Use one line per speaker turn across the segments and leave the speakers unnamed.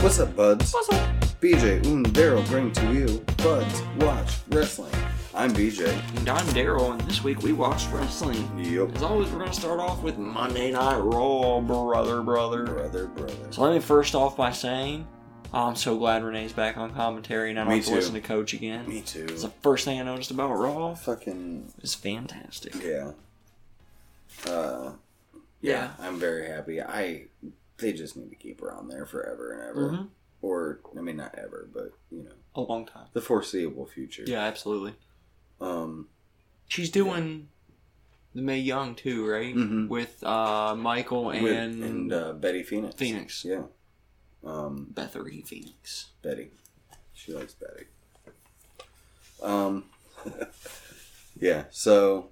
What's up, buds?
What's up?
BJ and Daryl bring to you Buds Watch Wrestling. I'm BJ.
And I'm Daryl, and this week we watched wrestling.
Yep.
As always, we're going to start off with Monday Night Raw, brother, brother.
Brother, brother.
So let me first off by saying, I'm so glad Renee's back on commentary and I don't
Me
have to
too.
listen to Coach again.
Me too.
It's the first thing I noticed about Raw.
Fucking
It's fantastic.
yeah. Uh,
Yeah.
I'm very happy. I they just need to keep her on there forever and ever,
hmm
or I mean not ever, but you know
A long time.
the foreseeable future.
Yeah, absolutely.
Um.
She's doing the May Young too, right?
Mhm.
With uh, Michael and,
with- and uh, Betty Phoenix.
Phoenix.
Yeah. Um.
Bethany Phoenix.
Betty. She likes Betty. Um, yeah. So,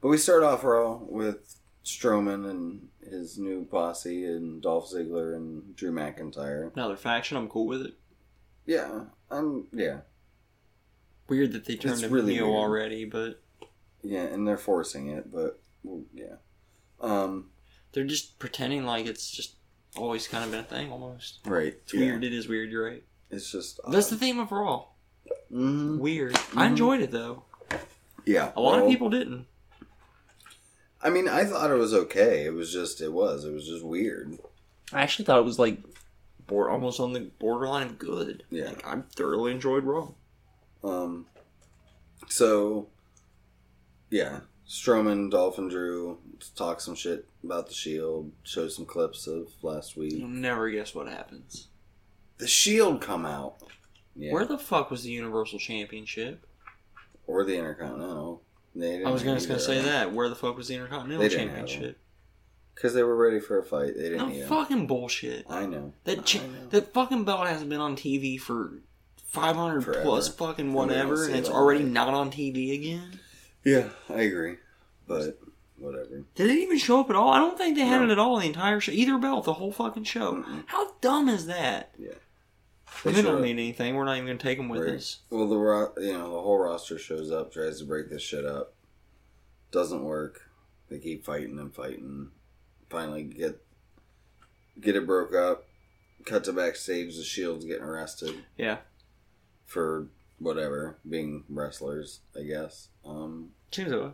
but we start off raw with Strowman and his new posse and Dolph Ziggler and Drew McIntyre.
Another faction. I'm cool with it.
Yeah, I'm. Yeah,
Weird that they turned
It's
to
really
Neo
weird.
already, but
yeah, and they're forcing it, but well, yeah. Um,
they're just pretending like it's just always kind of been a thing almost.
right.
It's weird. It is weird. You're right.
It's just.
That's the theme of Raw.
Mhm.
Uh, Weird. I enjoyed it though.
Yeah.
A lot of
well,
people didn't.
I mean, I thought it was okay. It was just. It was. It was just weird.
I actually thought it was like bor- almost on the borderline of good.
Yeah.
Like, I thoroughly enjoyed Raw.
Um, so, yeah, Strowman, Dolphin Drew talk some shit about the Shield, E show some clips of last week.
You'll never guess what happens.
The Shield E come out, yeah,
Where the fuck was the Universal Championship?
or the Intercontinental. They didn't
I was gonna,
either,
gonna say that. Where the fuck was the Intercontinental
They didn't have
Championship?
because they were ready for a fight. They didn't.
No
need 'em.
fucking bullshit.
I know
That chi-
I know.
that fucking belt hasn't been on TV for 500
Forever.
plus fucking
we don't
whatever,
see
and it's
it
already
online.
not on TV again.
yeah, I agree, but whatever.
Did it even show up at all? I don't think they had
No.
it at all the entire show. Either belt, the whole fucking show.
Mm-mm.
How dumb is that?
They
They, don't
should've-
mean anything. We're not even gonna take them with
Right.
us.
Well, the ro- you know the whole roster shows up, tries to break this shit up, doesn't work. They keep fighting and fighting. Finally, get get it broke up. Cut to backstage. The Shield's getting arrested
Yeah,
for whatever being wrestlers, I guess. Um,
seems that way.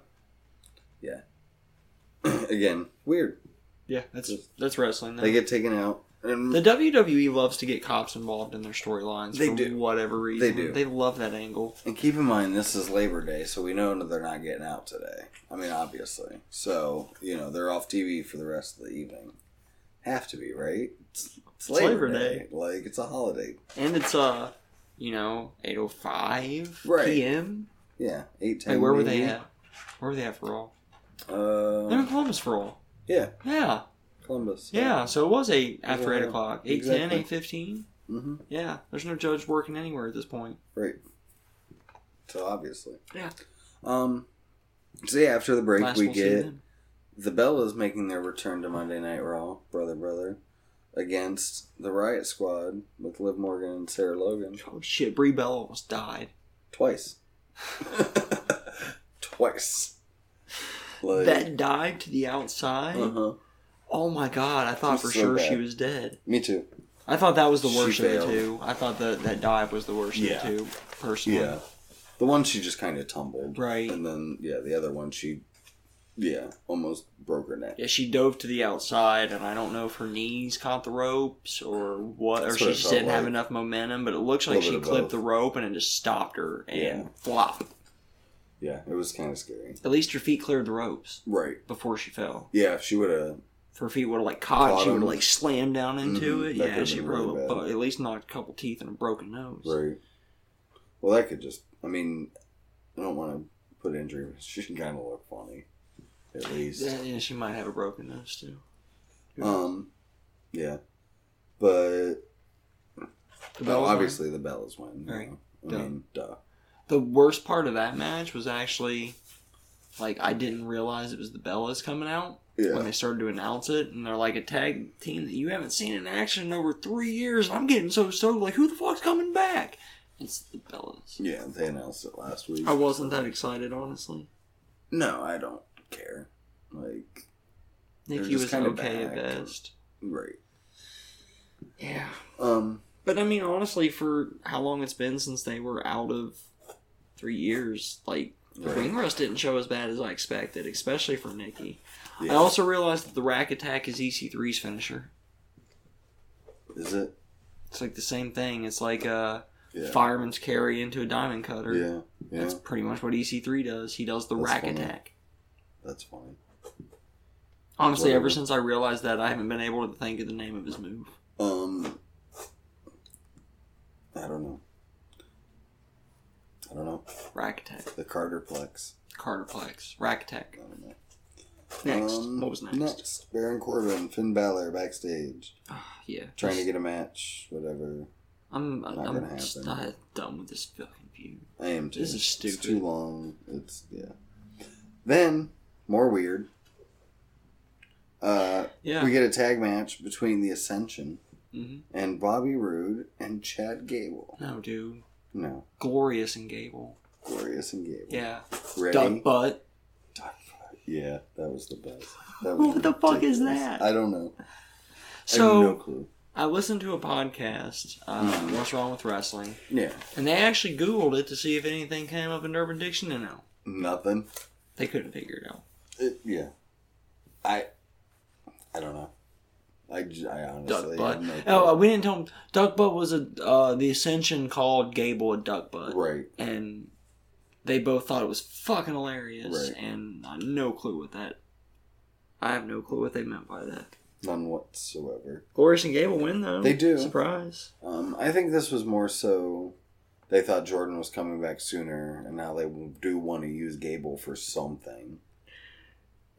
again, weird.
Yeah, that's that's wrestling. Though.
They get taken out, and
the WWE loves to get cops involved in their storylines.
They
for
do.
whatever reason.
do.
They love that angle.
and keep in mind this is Labor Day, so we know that they're not getting out today. I mean, obviously. So you know they're off TV for the rest of the evening. Have to be right. It's, it's Labor,
Labor
Day.
Day.
Like it's a holiday.
And it's uh, you know, eight oh five
Right.
p.m.
Yeah, eight ten.
Hey, where were they
maybe.
at? Where were they at for Raw? They're in
Uh,
Columbus for Raw.
yeah,
Yeah,
Columbus.
yeah. So it was eight after eight
Yeah,
o'clock, eight
exactly.
ten, eight fifteen.
hmm
Yeah, there's no judge working anywhere at this point.
Right. So obviously.
Yeah.
Um. So yeah, after the break,
Last
we
we'll see
get
then.
the Bellas making their return to Monday Night Raw, brother, brother, against the Riot Squad with Liv Morgan and Sarah Logan.
Oh shit! Brie Bella almost died.
Twice. Twice. Like,
That dive to the outside.
uh-huh.
Oh my god! I thought
was
for
so
sure
bad.
she was dead.
Me too.
I thought that was the
She
worst of the
failed.
two. I thought that that dive was the worst
Yeah.
of the two, personally.
The one she just kind of tumbled.
Right.
And then, yeah, the other one she, yeah, almost broke her neck.
Yeah, she dove to the outside, and I don't know if her knees caught the ropes or what,
That's
or
what
she
it
just
felt
didn't have
like.
enough momentum. But it looks like
Little bit
she
of
clipped
both.
the rope and it just stopped her and
Yeah.
flop.
Yeah, it was kind of scary.
At least her feet cleared the ropes
Right.
before she fell.
Yeah, if she would have.
If her feet would have like caught, she
Bottom.
would have like slammed down into
Mhm,
it.
that
Yeah,
could've
she
been really
broke,
bad.
but at least knocked a couple teeth and a broken nose.
Right. Well, that could just. I mean, I don't want to put injury. but She can kind of look funny, at least.
Yeah, yeah, she might have a broken nose too.
Um, yeah. But
The
well,
Bellas won.
obviously the Bellas win. you
Right.
know.
Duh.
I mean, duh.
The worst part of that match was actually like I didn't realize it was the Bellas coming out. when
Yeah.
they started to announce it, and they're like a tag team that you haven't seen in action in over three years. And I'm getting so stoked, like who the fuck's coming back? It's the Bellas.
Yeah, they announced it last week.
I wasn't that excited, honestly.
No, I don't care. Like, They're
Nikki
just
was
kinda
okay at
back.
best.
right.
Yeah,
Um,
But I mean, honestly, for how long it's been since they were out of three years, like the
Right.
ring rust didn't show as bad as I expected, especially for Nikki.
Yeah.
I also realized that the rack attack is EC3's finisher.
Is it?
It's like the same thing. It's like a
Yeah.
fireman's carry into a diamond cutter.
Yeah. Yeah.
That's
That's,
pretty much what EC3 does. He does the
That's
rack
funny.
attack.
fine.
Honestly, ever
Whatever.
since I realized that, I haven't been able to think of the name of his move.
Um, I don't know. I don't know.
Rack attack,
The Carterplex.
Carterplex, rack
I
attack.
don't know.
Next,
Um,
what was next?
Next, Baron Corbin, Finn Balor backstage,
Ah, yeah,
trying to get a match. Whatever.
I'm
not
I'm
gonna
just
happen.
uh, done with this fucking feud.
I am too.
This is
It's too
stupid.
long. It's yeah. Then more weird. Uh,
Yeah.
we get a tag match between the Ascension
hmm
and Bobby Roode and Chad Gable.
No, dude.
No,
Glorious and Gable.
Glorious and Gable.
Yeah.
Ready?
Duck butt.
Duck butt. Yeah, that was the best. That was
What the fuck is
ridiculous.
that?
I don't know. I have no
So
clue.
I listened to a podcast. Uh,
Mhm.
What's wrong with wrestling?
Yeah,
And they actually Googled it to see if anything came up in Urban Dictionary. No,
nothing.
they couldn't figure it out.
It, yeah, I, I don't know. I, j- I honestly
Duck butt.
have no clue.
Oh, we didn't tell them. Duck butt was a uh, the Ascension called Gable a duck butt.
right.
and they both thought it was fucking hilarious
Right.
and I no clue what that I have no clue what they meant by that.
None whatsoever.
Glorious and Gable win though.
They do.
Surprise.
Um, I think this was more so they thought Jordan was coming back sooner, and now they do want to use Gable for something.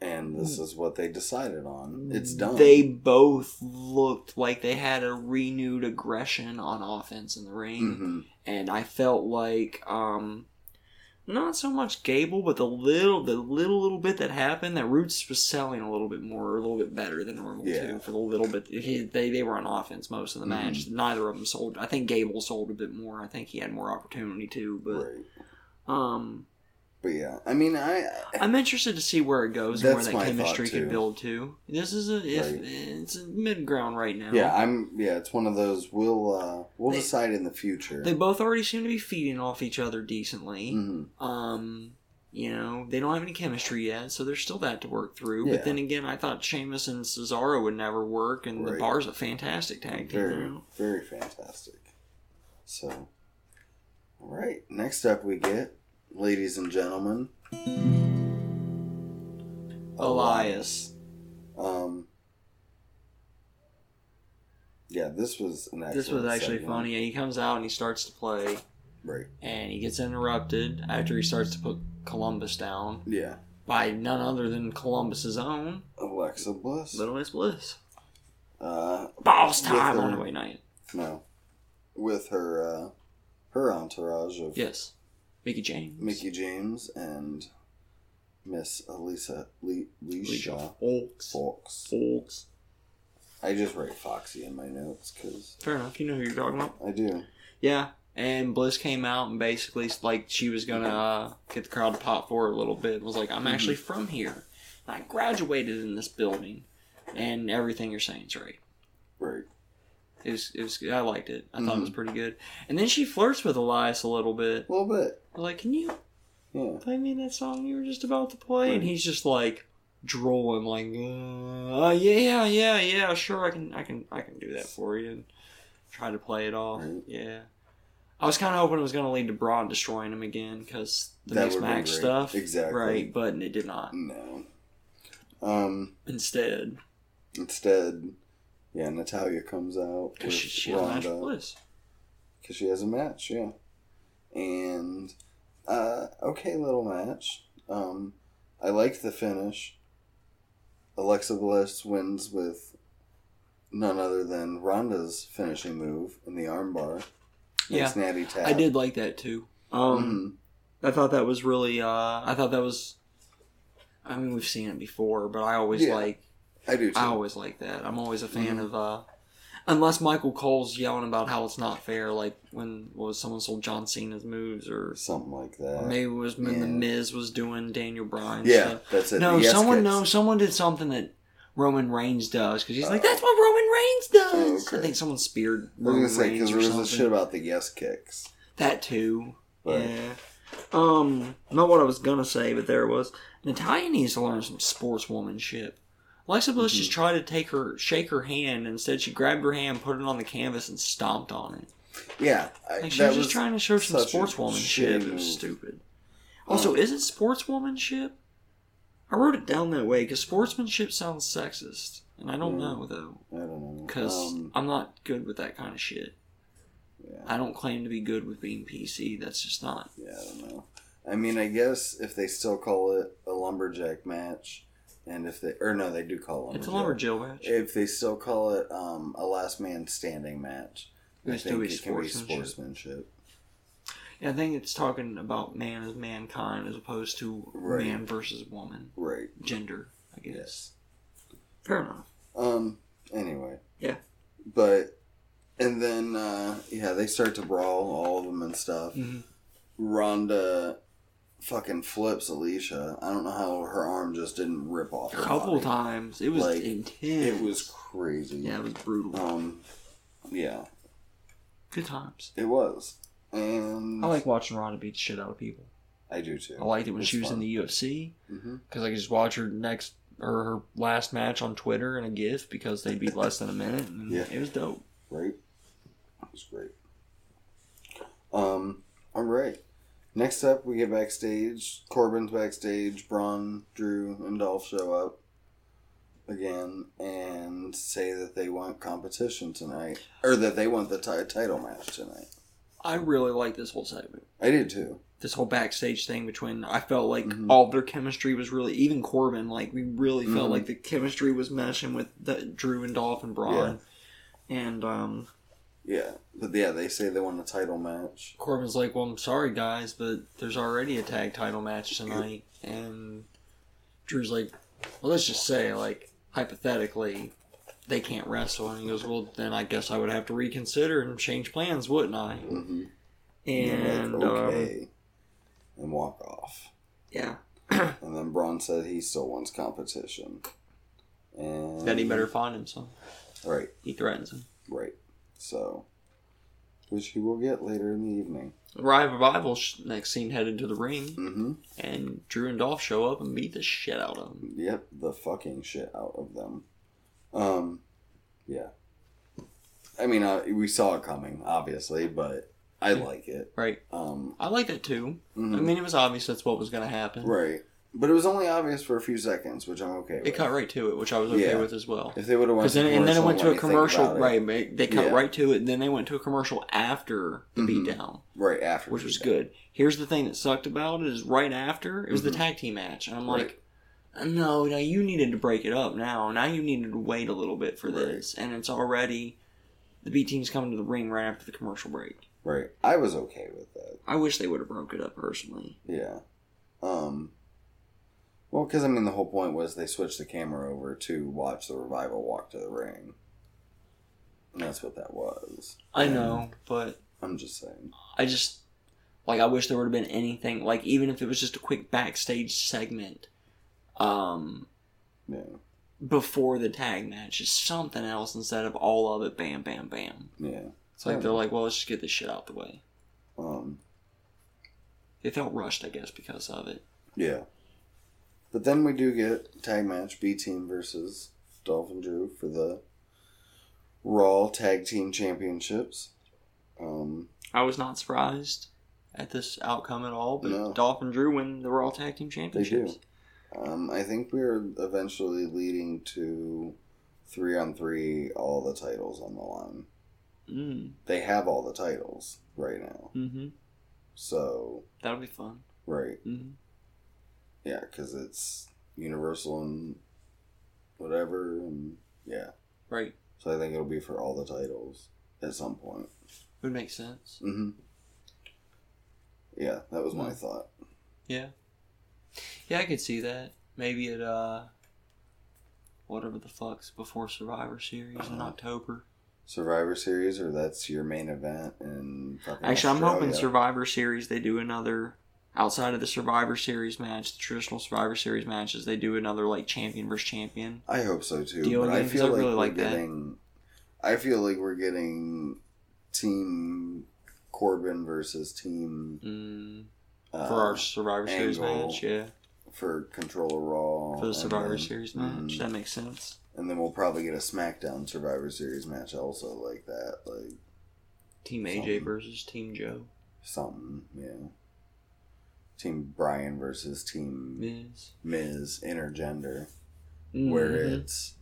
And this is what they decided on. It's done.
Hmm. They both looked like they had a renewed aggression on offense in the ring.
Mhm.
And I felt like um not so much Gable, but the little the little little bit that happened that Roots was selling a little bit more, a little bit better than normal
Yeah. Mm-hmm.
too. For the little bit he, they they were on offense most of the match. Neither of them sold. I think Gable sold a bit more. I think he had more opportunity too. But
right.
um,
But yeah, I mean, I
I'm interested to see where it goes and where
That's
that
my
chemistry
thought, too.
could build to. This is a if
Right.
it's a mid ground right now.
yeah, I'm yeah. It's one of those we'll uh, we'll
They-
decide in the future.
They both already seem to be feeding off each other decently.
Mhm.
Um, you know, they don't have any chemistry yet, so there's still that to work through.
Yeah.
But then again, I thought Sheamus and Cesaro would never work, and
Right.
the Bar's a fantastic tag team.
Very,
now.
very fantastic. So, all right. Next up, we get, ladies and gentlemen,
Elias.
Um. Yeah, this was an.
This was
excellent
actually
segment.
funny. Yeah, he comes out and he starts to play,
Right.
and he gets interrupted after he starts to put Columbus down
Yeah.
by none other than Columbus's own
Alexa Bliss.
Little Miss Bliss.
Uh,
Balls
With
time
her-
on the way night.
no. With her, uh, her entourage of
Yes. Mickey James.
Mickey James and Miss Elisa Le- Leisha
Folks.
Fox.
Folks.
I just write Foxy in my notes because
Fair enough. You know who you're talking about.
I do.
Yeah, and Bliss came out and basically like she was gonna uh, get the crowd to pop for her a little bit. Was like, I'm actually from here. I graduated in this building, and everything you're saying is right.
Right.
It was, it was, I liked it. I thought it was pretty good. And then she flirts with Elias a little bit.
A little bit.
Like, can you
Yeah.
play me that song you were just about to play? And he's just like drooling, like, uh, uh, yeah, yeah, yeah, sure, I can, I can, I can do that for you. And try to play it off.
Right.
Yeah, I was kind of hoping it was going to lead to Braun destroying him again because the
That
mixed
would be
match
great.
stuff,
Exactly.
right? But it did not.
No. Um.
Instead,
Instead, yeah, Natalia comes out with
because she, she had a match with
Ronda
Bliss.
because she has a match, yeah. And uh, okay, little match. Um, I liked the finish. Alexa Bliss wins with none other than Ronda's finishing move in the armbar. Nice natty tap.
I did like that too. Um,
Mhm.
I thought that was really. Uh, I thought that was. I mean, we've seen it before, but I always
Yeah.
like.
Mm-hmm. I do too.
I always like that. I'm always a fan
Mhm.
of. uh Unless Michael Cole's yelling about how it's not fair, like when what was someone sold John Cena's moves, or
Something like
or
that.
maybe it was when
yeah.
the Miz was doing Daniel Bryan.
yeah,
stuff.
that's it.
No,
The yes
someone
kicks.
no, someone did something that Roman Reigns does because he's like, that's what Roman Reigns does.
Oh. Okay.
I think someone speared
I was
Roman
gonna say because
Reigns
there
or
was
something.
this shit about the yes kicks.
That too.
But
Yeah. Um, not what I was gonna say, but there it was. Natalia needs to learn some sportswomanship. Alexa Bliss
Mm-hmm.
just tried to take her, shake her hand. Instead, she grabbed her hand, put it on the canvas, and stomped on it.
yeah, I,
Like she
that
was
was
just trying to show some
such a Uh,
sportswomanship.
shitty
It was
move.
stupid. Also, isn't sportswomanship? I wrote it down that way because sportsmanship sounds sexist, and I don't
Mm.
know though
I don't know
because
Um,
I'm not good with that kind of shit.
yeah.
I don't claim to be good with being PC. That's just not.
Yeah, I don't know. I mean, I guess if they still call it a lumberjack match, and if they or no, they do call it
It's a lumberjill match.
If they still call it um, a last man standing match, I
It's still
think
be
it can be
sportsmanship.
sportsmanship.
Yeah, I think it's talking about man as mankind as opposed to
Right.
man versus woman,
Right.
gender. I guess.
Yes.
Fair enough.
Um. Anyway.
Yeah.
But, and then uh, yeah, they start to brawl, all of them and stuff.
Mm. Mm-hmm.
Rhonda fucking flips Alicia. I don't know how her arm just didn't rip off.
A
her
couple
body.
times it was
Like,
intense.
It was crazy.
yeah, it was brutal.
Um, yeah,
Good times.
it was, and
I like watching Ronda beat the shit out of people.
I do too.
I liked it when
It's
she was
fun.
in the UFC
hmm
because I could just watch her next or her last match on Twitter in a GIF because they'd be less than a minute. And
Yeah.
it was dope.
Right, it was great. Um, all right. Next up, we get backstage. Corbin's backstage. Braun, Drew, and Dolph show up again and say that they want competition tonight, or that they want the ti- title match tonight.
I really like this whole segment.
I did too.
This whole backstage thing between I felt like
Mhm.
all their chemistry was really even Corbin like we really felt
Mhm.
like the chemistry was meshing with the, Drew and Dolph and Braun, and um,
Yeah, but yeah, they say they want a title match.
Corbin's like, "Well, I'm sorry, guys, but there's already a tag title match tonight." And Drew's like, "Well, let's just say, like, hypothetically, they can't wrestle." And he goes, "Well, then I guess I would have to reconsider and change plans, wouldn't I?"
Mm-hmm.
And um,
and walk off.
yeah,
And then Braun said he still wants competition. And
then he better find him some.
Right,
He threatens him.
right. So, which he will get later in the evening.
Revival sh- next scene headed to the ring,
Mm-hmm.
and Drew and Dolph show up and beat the shit out of him.
Yep, the fucking shit out of them. Um, yeah. I mean, uh, we saw it coming, obviously, but I like it.
Right?
Um,
I like that too.
mhm.
I mean, it was obvious that's what was going to happen.
right. But it was only obvious for a few seconds, which I'm okay with.
It cut right to it, which I was okay
Yeah.
with as well.
If they would have went
Because
to
then, and then it
commercial
went to
let me
a
think
commercial,
about it.
right? They they cut
Yeah.
right to it, and then they went to a commercial after the
Mhm.
beatdown,
right after,
which was
Feedback.
good. Here's the thing that sucked about it is right after it was
Mhm.
the tag team match, and I'm
Right.
like, no, no, you needed to break it up now. Now you needed to wait a little bit for
Right.
this, and it's already the B team's coming to the ring right after the commercial break.
Right. I was okay with that.
I wish they would have broke it up personally.
Yeah. Um. Well, because I mean, the whole point was they switched the camera over to watch the revival walk to the ring, and that's what that was.
I
And
know, but
I'm just saying.
I just like I wish there would have been anything like even if it was just a quick backstage segment. Um,
Yeah.
before the tag match is something else instead of all of it bam bam bam
Yeah.
it's like they're like well let's just get this shit out the way
Um.
they felt rushed i guess because of it
Yeah. But then we do get tag match B team versus Dolphin Drew for the Raw Tag Team Championships. Um.
i was not surprised at this outcome at all but
No.
dolph and drew win the raw tag team
They
championships
do. Um, I think we are eventually leading to three on three, all the titles on the line.
mm,
They have all the titles right now.
hmm
So,
that'll be fun
right.
hmm
Yeah, because it's Universal and whatever. And yeah.
right
So I think it'll be for all the titles at some point.
would make sense
hmm Yeah, that was my
Hmm.
thought.
yeah yeah i could see that maybe at uh whatever the fuck's before survivor series in
Uh-huh.
october
Survivor Series, or that's your main event. And
Actually, I'm hoping Survivor Series they do another outside of the Survivor Series match, the traditional Survivor Series matches, they do another like champion versus champion.
I hope so too.
Deal
but I
again, 'cause
feel
I
like
really
we're
like that.
getting. I feel like we're getting Team Corbin versus Team
Mm,
uh,
for our Survivor Series
Angle.
match, yeah.
for Control Raw
For the
and
Survivor
then-
Series match.
mhm.
That makes sense.
and then we'll probably get a SmackDown Survivor Series match also like that, like
Team AJ
Something.
versus Team Joe.
something, yeah. Team Brian versus Team
Miz.
Miz intergender, where
Mhm.
it's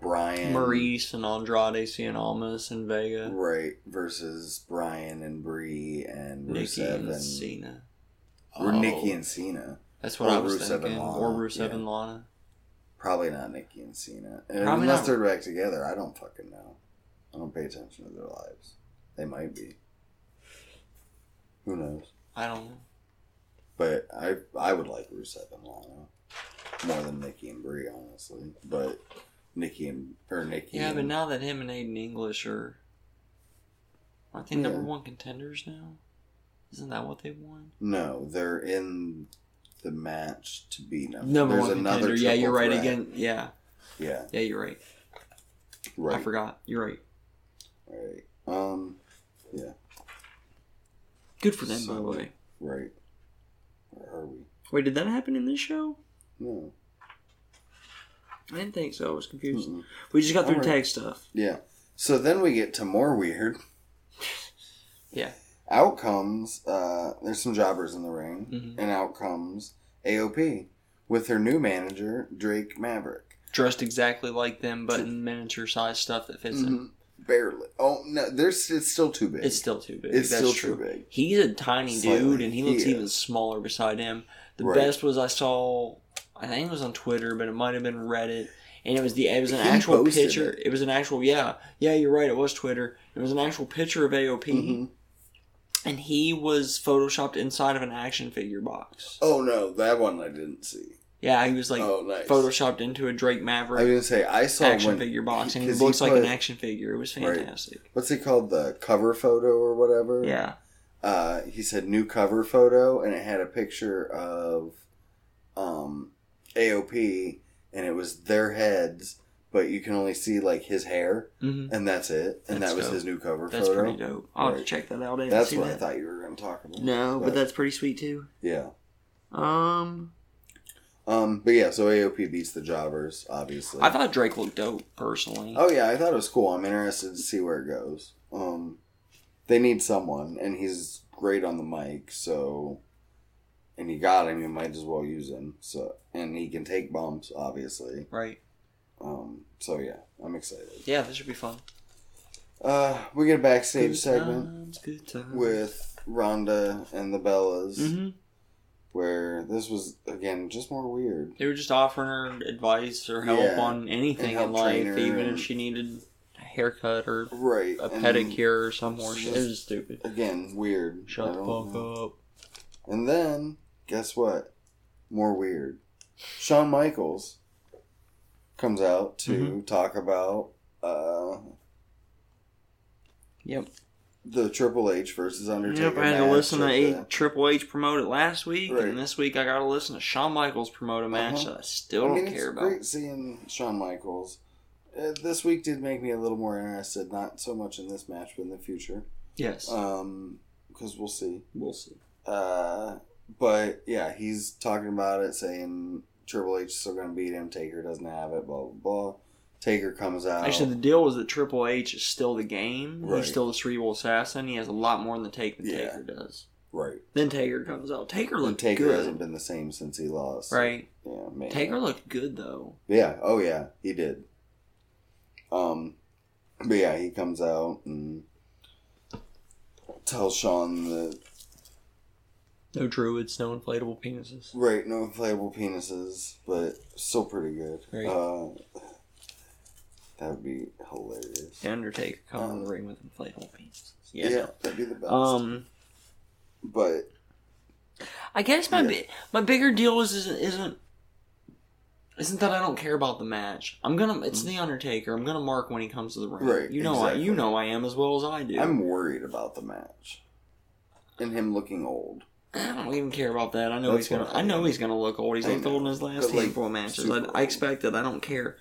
Brian
Maurice and Andrade seeing Almas and Vega.
right versus Brian and Bree and
Nikki
Rusev
and
and
Cena.
or Nikki
Oh,
and Cena.
That's what
or
I was
Rusev and
thinking.
Lana,
Or Rusev
yeah.
and Lana.
Probably not Nikki and Cena. And
Probably
unless
not.
they're back together, I don't fucking know. I don't pay attention to their lives. They might be. Who knows?
I don't know.
But I I would like Rusev and Lana more than Nikki and Brie, honestly. But Nikki and or Nikki.
Yeah, but
and-
now that him and Aiden English are, aren't they number
Yeah.
one contenders now? Isn't that what they won?
no, they're in the match to be number.
Number
There's
one
another
contender. Yeah,
triple
you're right
threat.
again. Yeah,
Yeah,
yeah, you're right.
right.
I forgot. You're right.
Right. Um. Yeah.
Good for them, by the
So-
way.
Right. Where are we?
Wait, did that happen in this show?
No.
I didn't think so. I was confused.
Mm-mm.
We just got through
Alright.
tag stuff.
Yeah. So then we get to more weird
Yeah.
outcomes. Uh, there's some jobbers in the ring,
Mhm.
and out comes AOP with her new manager Drake Maverick.
Dressed exactly like them, but in miniature size stuff that fits him.
Mhm. Barely. Oh no, there's it's still too big.
It's still too big.
It's
That's
still
true.
too big.
He's a tiny dude,
Slightly.
and he looks
He
even smaller beside him. The
Right.
best was I saw, I think it was on Twitter, but it might have been Reddit, and it was the it was an
He
actual
posted
picture. It. was an actual yeah yeah you're right. It was Twitter. It was an actual picture of AOP,
Mhm.
and he was photoshopped inside of an action figure box.
Oh no, that one I didn't see.
Yeah, he was like
oh nice.
photoshopped into a Drake Maverick
I was gonna say I saw
action
when
figure box, and he
'cause he
looks like an
put-
action figure. It was
Right.
fantastic.
what's it called the cover photo or whatever.
Yeah,
uh, he said new cover photo and it had a picture of um, AOP and it was their heads, but you can only see like his hair
hmm
and that's it. And
That's
that was
dope.
his new cover
that's
photo.
pretty dope. I'll have to
Right.
check that out. I haven't
That's
seen
what I
that.
thought you were going to talk about.
No, but
But-
that's pretty sweet too.
Yeah.
Um,
Um, but yeah, so AOP beats the jobbers, obviously.
I thought Drake looked dope personally.
oh yeah, I thought it was cool. I'm interested to see where it goes. Um, they need someone, and he's great on the mic, so and you got him, you might as well use him. So and he can take bumps, obviously.
Right?
Um, so yeah, I'm excited.
Yeah, this should be fun.
Uh, we get a backstage
Good
segment
times, good times.
with Rhonda and the Bellas,
hmm
where this was again just more weird.
They were just offering her advice or help
Yeah,
on anything
and help
in life,
train her
even if
and-
she needed a haircut or
Right,
a
and
pedicure or some horseshit. It was stupid.
Again, weird. I
Shut the
don't
fuck
know.
up.
And then, guess what? More weird. Shawn Michaels comes out to
Mhm.
talk about uh,
Yep.
the Triple H versus Undertaker.
Yep. I had to
match
listen to
at
eight Triple H promote it last week,
Right.
and this week I got to listen to Shawn Michaels promote a
Uh-huh.
match that I
the-
still
I
don't
mean, it's
care about.
great seeing Shawn Michaels. Uh, this week did make me a little more interested, not so much in this match, but in the future.
Yes,
Um, because we'll see.
we'll see.
Uh, but yeah, he's talking about it, saying Triple H is still going to beat him. Taker doesn't have it. Blah blah blah. Taker comes out.
Actually, the deal was that Triple H is still the game.
Oh. Right.
He's still the cerebral assassin. He has a lot more in the take than
Yeah.
Taker does.
right.
Then Taker comes out. Taker
And
looked
Taker
good,
hasn't been the same since he lost.
right?
Yeah. Man.
Taker looked good though.
Yeah. Oh yeah, he did. Um, but yeah, he comes out and tells Sean that
No druids, no inflatable penises.
Right, no inflatable penises, but still pretty good.
Right.
Uh, that would be hilarious.
The Undertaker coming in
Um,
the ring with inflatable penises.
Yeah,
Yeah.
that'd be the best.
Um,
but
I guess my
Yeah.
bi- my bigger deal is isn't, isn't isn't that I don't care about the match. I'm gonna. It's the Undertaker. I'm gonna mark when he comes to the ring.
Mm-hmm. Right,
You know. I. You
exactly.
know. I am as well as I do.
I'm worried about the match and him looking old.
I don't even care about that. I know
That's
he's gonna.
what I
I know he's gonna look old. He's
I
looked
know.
old in his last
But, like,
handful of matches. I,
Super
I expect that. I don't care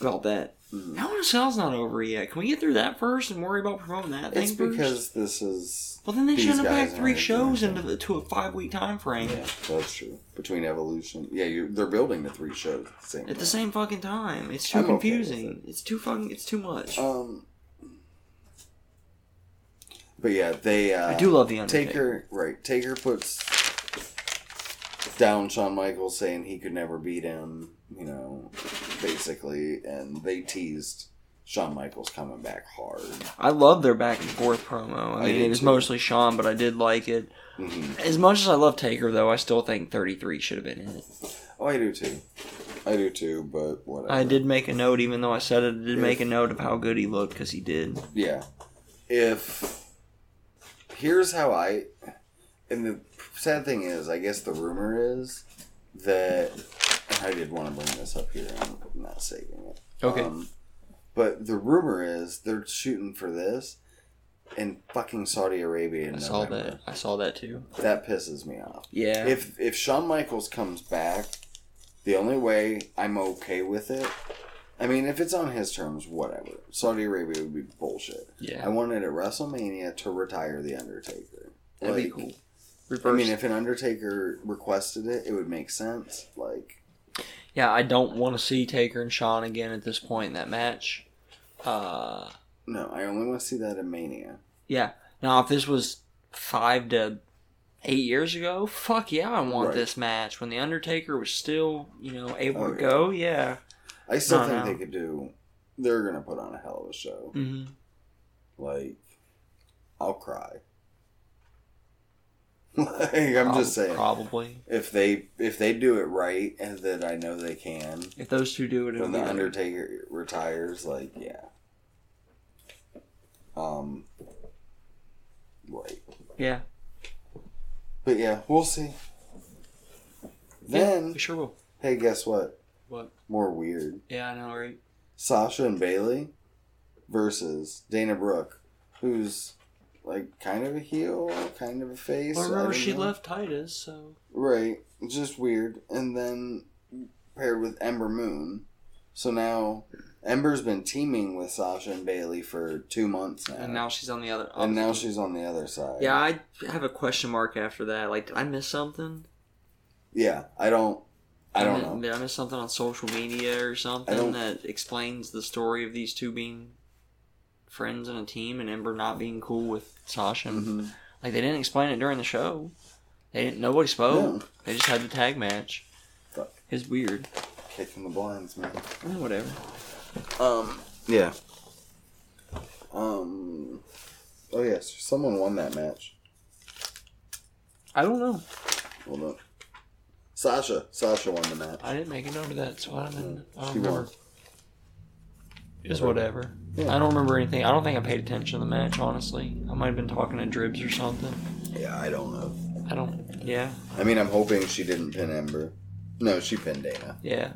about that.
Mhm.
Hell in a Cell's not over yet. Can we get through that first and worry about promoting that
It's
thing first?
because this is
Well, then they
these
shouldn't have
guys
packed three
aren't
shows
doing
into the, to a five week time frame
yeah, that's true. Between Evolution, yeah, you they're building the three shows at the same.
at the
time.
same fucking time. It's too
I'm okay with
confusing. It's too fucking. It's too much.
Um. But yeah, they. Uh,
I do love the Undertaker.
Taker. Right, Taker puts down Shawn Michaels, saying he could never beat him. You know, basically, and they teased Shawn Michaels coming back hard.
I love their back and forth promo. I
I
mean,
did
it was
too.
mostly Sean, but I did like it.
hmm
As much as I love Taker, though, I still think 33 should have been in it.
Oh, I do too. I do too, but whatever.
I did make a note, even though I said it, I did make a note of how good he looked because he did.
Yeah. If here's how I and the sad thing is, I guess the rumor is that and I did want to bring this up here. I'm not saving it.
Okay.
Um, but the rumor is they're shooting for this in fucking Saudi Arabia. In
I saw
November.
that. I saw that too.
that. That pisses me off.
Yeah.
If if Shawn Michaels comes back, the only way I'm okay with it. I mean, if it's on his terms, whatever. Saudi Arabia would be bullshit. I
yeah.
wanted at WrestleMania to retire the Undertaker.
That'd be
Like,
cool.
I
Reverse.
mean, if an Undertaker requested it, it would make sense. Like,
yeah, I don't want to see Taker and Sean again at this point in that match. Uh,
no, I only want to see that in Mania.
yeah. Now, if this was five to eight years ago, fuck yeah, I want
Right.
this match. When the Undertaker was still, you know, able
Oh,
to
yeah.
go, yeah.
I still
No,
think
no.
they could do. They're gonna put on a hell of a show.
hmm
Like, I'll cry. like, I'm just saying,
Probably.
if they if they do it right, and that I know they can,
If those two do it, it'll
when
be
the
better.
Undertaker retires, like yeah. Um. Right.
Yeah,
But yeah, we'll see. Then,
we sure will.
hey, guess what?
What?
More weird.
Yeah, I know, right?
Sasha and Bailey versus Dana Brooke, who's like kind of a heel, kind of a face.
Well,
I
remember
don't
she
know.
left Titus, so
Right. Just weird. And then paired with Ember Moon. So now Ember's been teaming with Sasha and Bailey for two months now.
and now she's on the other.
and now she's on the other side.
Yeah, I have a question mark after that. Like, did I miss something?
Yeah. I don't. I don't
mi-
know.
Did I miss something on social media or
I
something
don't-
that explains the story of these two being friends and a team, and Ember not being cool with Sasha? And,
Mhm.
Like, they didn't explain it during the show. They didn't. Nobody spoke. They just had the tag match.
Fuck.
It's weird.
Kicking the blinds, man.
Eh, Whatever.
Um. Yeah. Um. Oh yes, someone won that match.
I don't know.
Hold on. Sasha. Sasha won the match.
I didn't make a note of that, so I don't, I don't
She
remember.
won.
It's whatever.
Yeah.
I don't remember anything. I don't think I paid attention to the match, honestly. I might have been talking to Dribs or something.
Yeah, I don't know.
I don't. Yeah,
I mean, I'm hoping she didn't pin Ember. No, she pinned Dana.
yeah.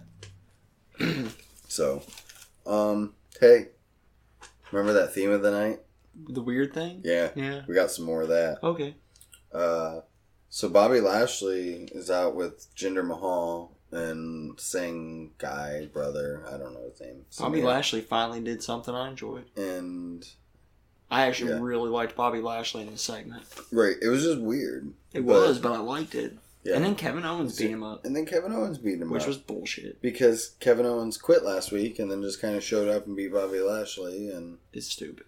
So, um, hey, remember that theme of the night?
The weird thing?
Yeah,
Yeah.
we got some more of that.
Okay.
Uh, so Bobby Lashley is out with Jinder Mahal and Singh guy brother. I don't know his name.
Bobby
Samir.
Lashley finally did something I enjoyed.
and
I actually
Yeah.
really liked Bobby Lashley in this segment.
Right. It was just weird.
It
But-
was, but I liked it.
Yeah.
And then Kevin Owens beat him up,
and then Kevin Owens beat him
which
up.
was bullshit.
because Kevin Owens quit last week and then just kind of showed up and beat Bobby Lashley and
It's stupid.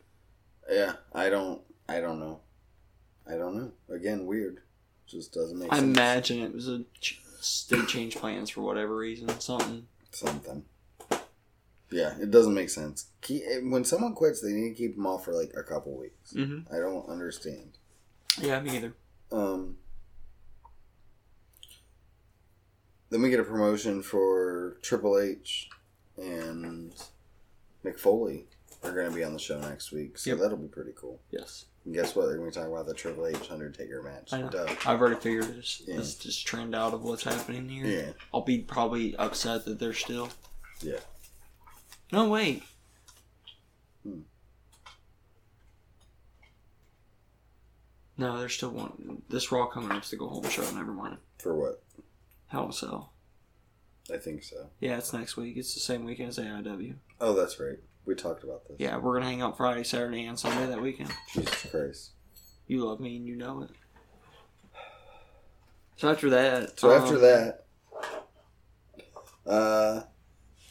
yeah, I don't I don't know. I don't know. Again, weird. Just doesn't make
I
sense.
imagine it was a. ch- They changed plans for whatever reason, something.
Something. Yeah, it doesn't make sense. Keep, eh, when someone quits, they need to keep them off for like a couple weeks.
Mm-hmm.
I don't understand.
Yeah, me either.
Um, then we get a promotion for Triple H and Mick Foley are going to be on the show next week, so
Yep.
that'll be pretty cool.
Yes.
And guess what? They're going to be talking about the Triple H Undertaker match.
I know.
Duh.
I've already figured this,
Yeah.
this just trend out of what's happening here.
Yeah,
I'll be probably upset that they're still.
yeah.
No, wait.
Hmm.
No, there's still one. This Raw coming up's the Golden Show. Never mind.
For what?
Hell in a Cell.
I think so.
Yeah, it's next week. It's the same weekend as AIW.
Oh, that's right. We talked about this.
Yeah, we're gonna hang out Friday, Saturday, and Sunday that weekend.
Jesus Christ.
You love me and you know it. So after that,
So
um,
after that, uh,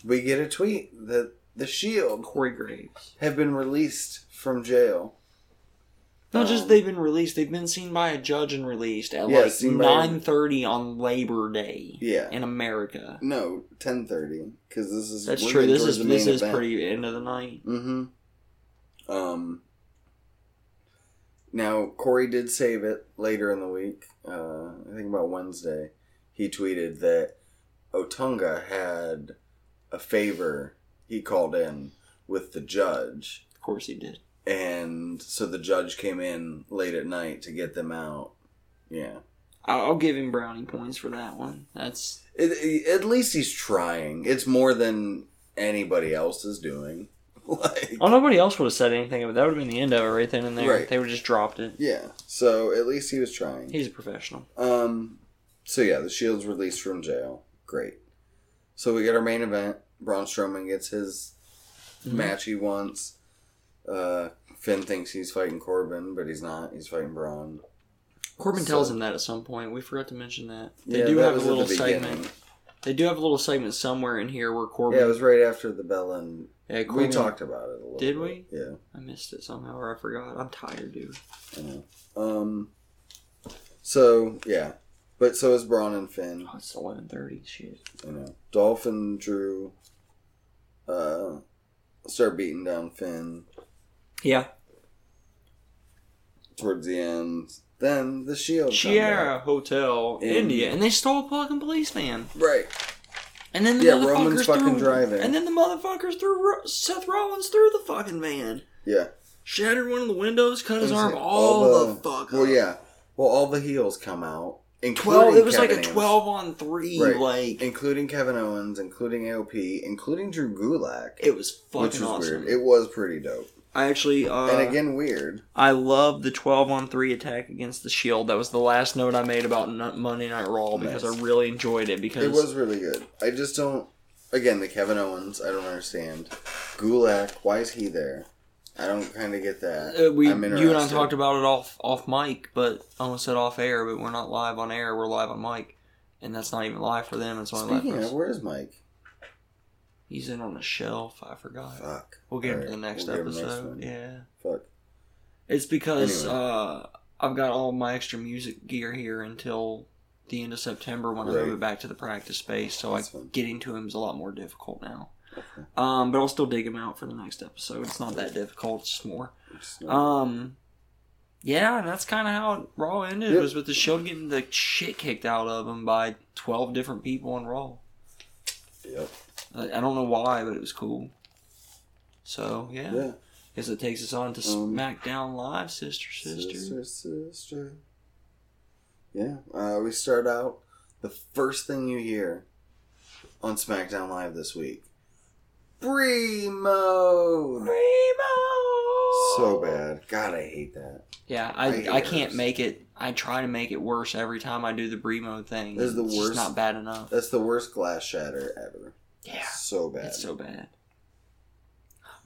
we get a tweet that the Shield
Corey Graves.
have been released from jail.
Not
Um,
just they've been released; they've been seen by a judge and released at
Yeah,
like
seen by-
nine thirty on Labor Day
Yeah.
in America.
No, ten thirty because this is
That's
we're
true.
getting
This
towards
is
the main
this is
event.
pretty end of the night.
Mm-hmm. Um. Now Corey did save it later in the week. Uh, I think about Wednesday, he tweeted that Otunga had a favor he called in with the judge,
Of course he did.
and so the judge came in late at night to get them out. Yeah,
I- I'll give him brownie points for that one. That's
it, it- at least he's trying. It's more than anybody else is doing. like,
oh, nobody else would have said anything. But that would have been the end of it right then and there.
Right.
They would have just dropped it.
yeah. So at least he was trying.
He's a professional.
Um. So yeah, the Shield's released from jail. Great. So we get our main event. Braun Strowman gets his
Mhm.
match he wants. Uh, Finn thinks he's fighting Corbin, but he's not. He's fighting Braun.
Corbin
So-
tells him that at some point. We forgot to mention that they
Yeah,
do
that
have a
was at the
little segment.
beginning.
They do have a little segment somewhere in here where Corbin.
Yeah, it was right after the bell, and
Yeah,
we
Corbin-
talked about it a little.
Did
bit. Yeah.
I missed it somehow, or I forgot. I'm tired, dude.
I know. Um. So yeah, but so is Braun and Finn.
Oh, it's 11:30. Shit.
You know, Dolphin Drew. Uh, start beating down Finn.
Yeah.
towards the end. Then the shield. come
Chiara Hotel,
In-
India, and they stole a fucking policeman.
back. Right.
And then the
Yeah,
motherfuckers
Roman's fucking
threw,
driving.
And then the motherfuckers threw Ro- Seth Rollins through the fucking van,
Yeah.
shattered one of the windows, cut his
It was
arm
like
all, the, fuck
Well,
up.
yeah. Well, all the heels come out. Including
Twelve. It was
Kevin
like a
Owens.
twelve on three.
Right.
Like
including Kevin Owens, including AOP, including Drew Gulak,
it was fucking
which was
awesome.
weird. It was pretty dope,
I actually. Uh,
and again weird.
I love the 12 on 3 attack against the Shield. That was the last note I made about N- Monday Night Raw because
Nice.
I really enjoyed it because
It was really good. I just don't. Again, the Kevin Owens, I don't understand. Gulak, why is he there? I don't kind of get that.
uh, we
I'm
you and I
interested.
talked about it off off mic, but I almost said off air, but we're not live on air, we're live on mic. And that's not even live for them, it's only
Speaking
live for
of,
us.
where is Mike?
He's in on a shelf, I forgot.
Fuck.
We'll get him
Alright,
to the next
we'll get him next
episode.
one.
yeah.
Fuck.
It's because
Anyway.
uh, I've got all my extra music gear here until the end of September when I
Right.
move it back to the practice space. So
That's
I,
fine.
getting to him is a lot more difficult now. Um, but I'll still dig him out for the next episode. It's not that difficult. It's just more.
Just not-
Um, yeah, and that's kind of how Raw ended
Yep.
was with the Shield getting the shit kicked out of him by twelve different people in Raw.
yep.
I, I don't know why, but it was cool. So yeah,
Yeah.
guess it takes us on to
Um,
SmackDown Live, sister, sister.
Sister, sister. Yeah, uh, we start out. The first thing you hear on SmackDown Live this week, Bree mode. So bad. God, I hate that.
Yeah,
I
I,
hate
I, can't
hers.
make it. I try to make it worse every time I do the Bremo thing.
This is the
it's
worst.
Just not bad enough.
That's the worst glass shatter ever.
Yeah,
So bad.
it's so bad.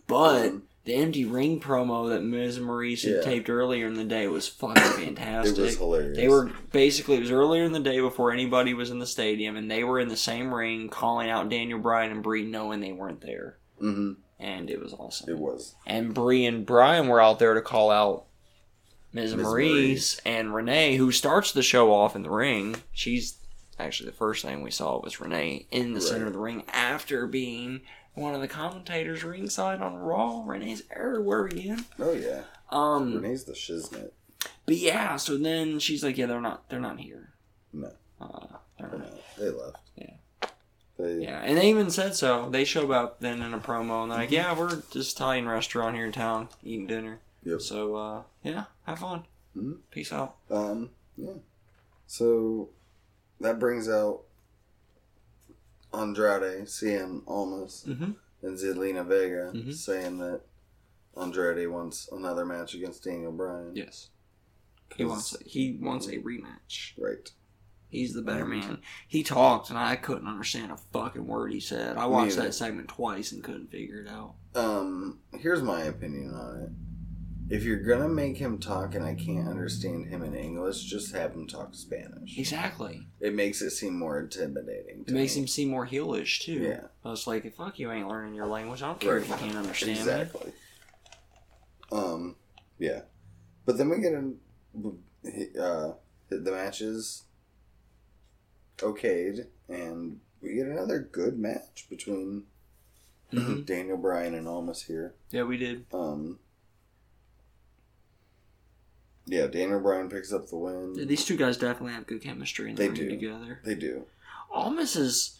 But
Um,
the empty ring promo that Ms. Maurice had
Yeah.
taped earlier in the day was fucking
it
fantastic.
was hilarious.
they were basically it was earlier in the day before anybody was in the stadium, and they were in the same ring calling out Daniel Bryan and Bree, knowing they weren't there,
hmm
and it was awesome.
It was.
and Bree and Brian were out there to call out Ms.
Ms.
Maurice and Renee, who starts the show off in the ring. She's actually the first thing we saw was Renee in the center
Right.
of the ring after being one of the commentators ringside on Raw. Renee's everywhere again.
Oh yeah.
Um,
Renee's the shiznit.
but yeah, so then she's like, "Yeah, they're not, they're not here."
No.
Uh, they're
Or
not.
not. They left.
Yeah.
They.
Yeah, and they even said so. They show up then in a promo and
Mm-hmm.
they're like, "Yeah, we're just Italian restaurant here in town eating dinner."
Yep.
So uh, yeah, have fun.
Mhm.
Peace out.
Um, yeah. So that brings out Andrade, CM Almas,
Mm-hmm.
and Zelina Vega
Mhm.
saying that Andrade wants another match against Daniel Bryan.
Yes. He wants he wants a rematch.
right.
He's the better
Mm-hmm.
man. He talked, and I couldn't understand a fucking word he said. I watched
Neither.
that segment twice and couldn't figure it out.
Um, here's my opinion on it. If you're gonna make him talk and I can't understand him in English, just have him talk Spanish.
Exactly.
It makes it seem more intimidating.
It
to
makes
me.
him seem more heelish too.
Yeah.
I was like, "Fuck you, ain't learning your language. I don't care if you
Right.
can't understand me."
exactly. Um, yeah, but then we get in uh, the matches okayed, and we get another good match between
Mhm.
Daniel Bryan and Almas here.
Yeah, we did.
Um, yeah, Daniel Bryan picks up the win.
These two guys definitely have good chemistry in the
They
ring
do.
together.
They do.
Almas is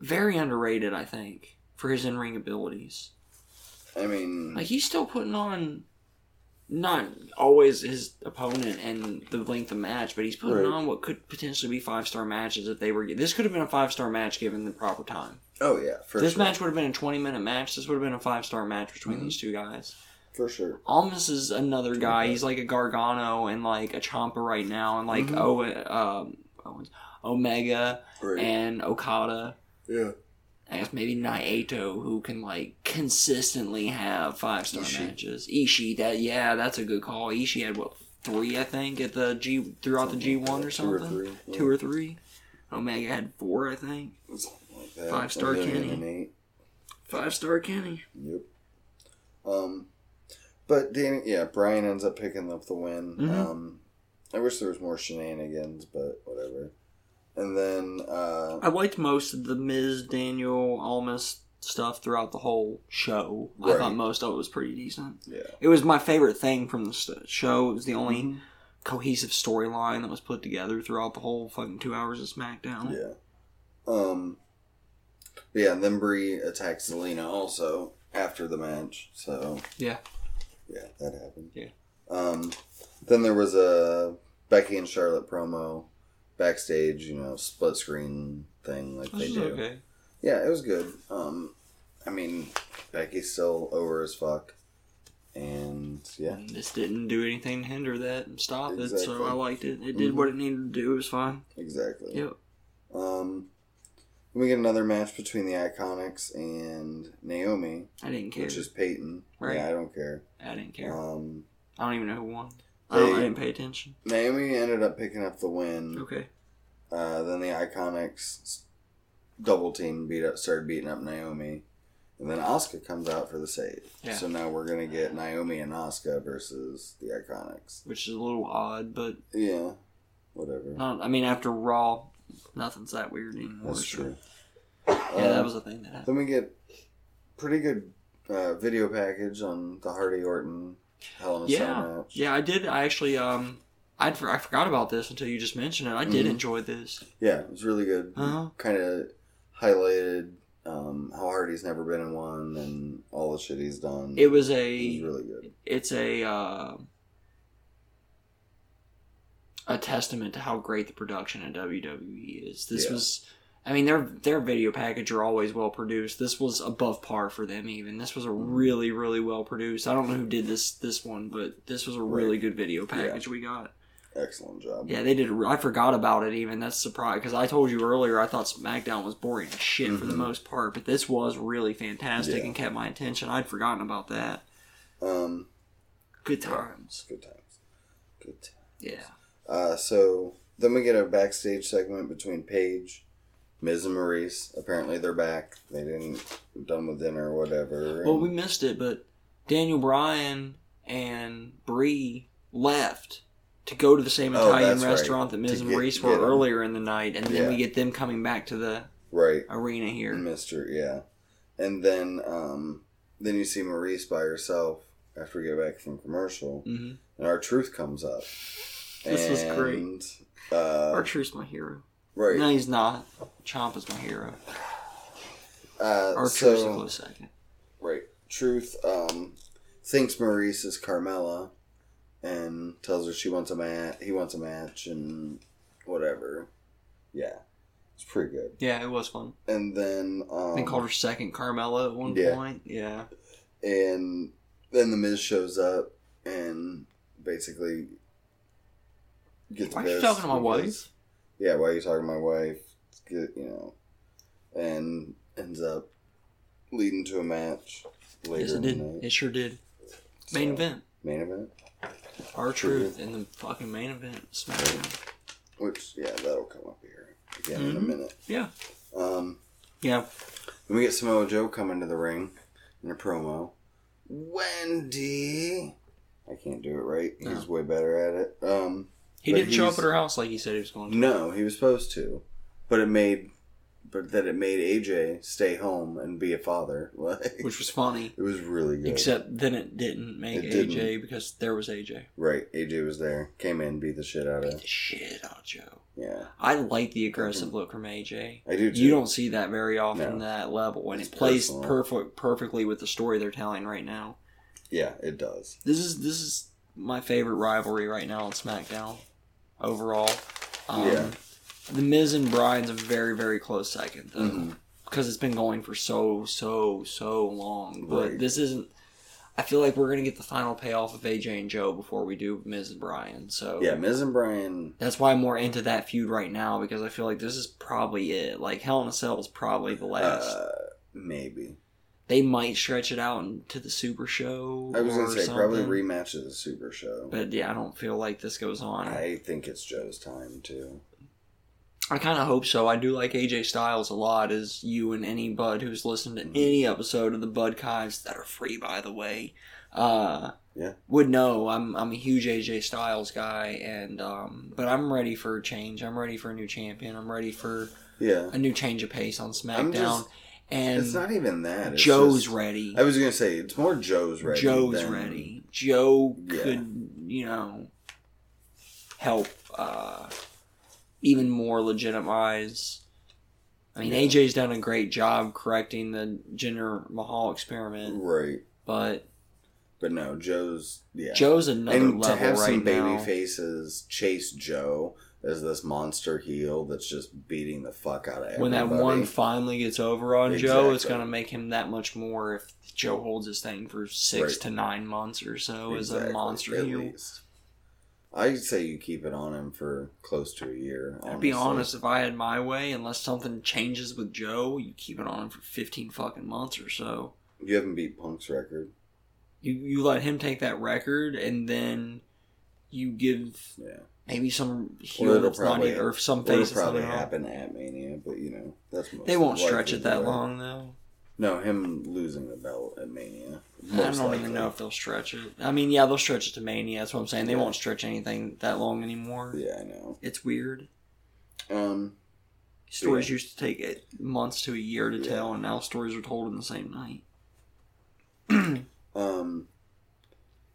very underrated, I think, for his in ring abilities.
I mean,
Like he's still putting on not always his opponent and the length of match, but he's putting
Right.
on what could potentially be five star matches if they were. This could have been a five star match given the proper time.
oh yeah, for
this
sure.
match would have been a twenty minute match. This would have been a five star match between
Mhm.
these two guys.
for sure.
Almas is another guy. He's like a Gargano and like a Champa right now, and like
Mhm.
Owen, um, Owens, Omega
Right.
and Okada.
yeah.
I guess maybe Naito, who can like consistently have five star
Ishii.
matches. Ishii, that yeah, that's a good call. Ishii had what three, I think, at the G throughout the G one or something,
Two or three. yeah.
Two or three. Omega had four, I think.
Something like that.
Five-star
A million
Kenny.
and eight.
Five star Kenny.
Yep. Um, but Danny, yeah, Brian ends up picking up the win.
Mhm.
Um, I wish there was more shenanigans, but whatever. And then, uh,
I liked most of the Miz Daniel Almas stuff throughout the whole show. I
Right.
thought most of it was pretty decent.
yeah,
It was my favorite thing from the st- show. It was the only cohesive storyline that was put together throughout the whole fucking two hours of SmackDown.
yeah. Um, but yeah, and then Bree attacks Zelina also after the match. So
Yeah.
yeah, that happened.
Yeah.
Um, then there was a Becky and Charlotte promo backstage. You know, split screen thing like
Which
they
is
do.
Oh, okay.
Yeah, it was good. Um, I mean, Becky's still over as fuck, and yeah,
And This didn't do anything to hinder that and stop it,
Exactly. Mm-hmm.
so I liked it. It did what it needed to do. It was fine.
exactly.
Yep.
Um, we get another match between the Iconics and Naomi,
I didn't care.
which is Peyton.
Right.
Yeah, I don't care.
I didn't care.
Um,
I don't even know who won. I, don't, I
Hey.
didn't pay attention.
Naomi ended up picking up the win.
Okay.
Uh, then the Iconics s- double team beat up, started beating up Naomi, and then Asuka comes out for the save.
Yeah.
So now we're gonna get Naomi and Asuka versus the Iconics.
Which is a little odd, but
Yeah, whatever.
not, I mean, after Raw, nothing's that weird anymore.
That's
so-
true.
Yeah, that
Um,
was a thing that happened.
Then we get pretty good uh, video package on the Hardy Orton Hell in a Cell
Yeah.
match.
Yeah, I did. I actually, um, I'd, for- I forgot about this until you just mentioned it. I did
Mhm.
enjoy this.
Yeah, it was really good.
Uh-huh.
Kind of highlighted um, how Hardy's never been in one and all the shit he's done.
It was
It was
a.
really good.
it's a uh, a testament to how great the production at WWE E is. This
Yeah.
was, I mean, their their video package are always well produced. This was above par for them. Even this was a
Mm-hmm.
really really well produced. I don't know who did this this one, but this was a really good video package we got.
Excellent job.
Yeah, they did. a- I forgot about it. Even that's surprise because I told you earlier I thought SmackDown was boring as shit for the
Mhm.
most part, but this was really fantastic
Yeah.
and kept my attention. I'd forgotten about that.
Um,
Good times.
good times. Good times.
Yeah.
Uh, so then we get a backstage segment between Paige, Miz, and Maurice. Apparently they're back. They didn't done with dinner or whatever.
Well,
and-
we missed it, but Daniel Bryan and Bree left to go to the same
Oh,
Italian
that's right.
restaurant that Miz
To
and
get-
Maurice
get
were
'em.
earlier in the night, and then
Yeah. Mm-hmm.
we get them coming back to the
right.
arena here.
Mister, yeah. And then um then you see Maurice by herself after we get back from commercial
hmm
and our truth comes up.
This was great.
great. Uh,
Archer's my hero. No,
right.
he's not. Chompa's my hero.
Uh,
Archer's a
so
close second.
right. Truth um thinks Maurice is Carmella and tells her she wants a match he wants a match and whatever. Yeah. It's pretty good.
Yeah, it was fun.
And then um
they called her second Carmella at one
yeah.
point. Yeah.
and then the Miz shows up and basically gets
Why are you
pissed
talking to my
because- Yeah, why are you talking to my wife? Get you know, and ends up leading to a match later
Yes, it
in
did.
the night.
It sure did.
So,
Main event.
Main event.
Our
Sure
truth in the fucking main event. SmackDown.
Which yeah, that'll come up here again in a
Mhm.
minute.
Yeah.
Um,
Yeah.
and we get Samoa Joe coming to the ring in a promo. Wendy, I can't do it right.
No.
He's way better at it. Um,
He
But
didn't show up
he's-
at her house like he said he was going to.
No, he was supposed to, but it made, but that it made AJ stay home and be a father. Like
Which was funny.
it was really good.
Except then it didn't make
It
AJ
didn't.
because there was AJ.
right, AJ was there, came in, beat the shit out
Beat
of.
the shit out of Joe.
Yeah,
I like the aggressive look from AJ.
I do. Too.
You don't see that very often to that level, and
It's
it plays
personal.
perfect perfectly with the story they're telling right now.
Yeah, it does.
This is this is my favorite rivalry right now on SmackDown overall. Um,
Yeah.
The Miz and Brian's a very very close second though,
Mhm.
because it's been going for so so so long. But
Right.
this isn't. I feel like we're gonna get the final payoff of AJ and Joe before we do Miz and Brian. So
Yeah, Miz and Brian.
that's why I'm more into that feud right now because I feel like this is probably it. Like Hell in a Cell is probably the last.
Uh, maybe
they might stretch it out into the Super Show.
I was
or
gonna say
something,
probably rematch of the Super Show.
But yeah, I don't feel like this goes on. I,
I think it's Joe's time too.
kind of hope so. I do like AJ Styles a lot, as you and any bud who's listened to
Mhm.
any episode of the Bud Kives that are free, by the way. Uh,
Yeah.
would know I'm I'm a huge AJ Styles guy, and um, but I'm ready for a change. I'm ready for a new champion. I'm ready for
Yeah,
a new change of pace on SmackDown,
just- it's
and
not even that. It's
Joe's
just-
ready.
I was gonna say it's more Joe's ready.
Joe's
than-
ready. Joe
Yeah.
could, you know, help uh, even more legitimize. I mean,
Yeah.
AJ's done a great job correcting the Jinder Mahal experiment,
Right,
but
but no, Joe's yeah.
Joe's another
and
level
to have
right
some baby
now.
faces chase Joe as this monster heel that's just beating the fuck out of everybody.
when that one finally gets over on Joe, it's
Exactly.
going to make him that much more if Joe holds his thing for six
Right.
to nine months or so as a
Exactly,
monster
at
heel.
least. I'd say you keep it on him for close to a year.
I'd
honestly.
be honest, if I had my way, unless something changes with Joe, you keep it on him for 15 fucking months or so.
You haven't beat Punk's record.
You, you let him take that record, and then you give
Yeah,
maybe some
Or
heel
it'll
that's not
probably-
even- or some
it'll
face that's not
probably
even on.
happen at Mania, but you know that's most
They won't
likely,
stretch it that
right?
long, though.
No, him losing the belt at Mania.
I
most
don't
likely.
even know if they'll stretch it. I mean, yeah, they'll stretch it to Mania. That's what I'm saying. They won't stretch anything that long anymore.
Yeah, I know.
It's weird.
Um,
Stories used to take it months to a year to
Yeah.
tell, and now stories are told in the same night.
um.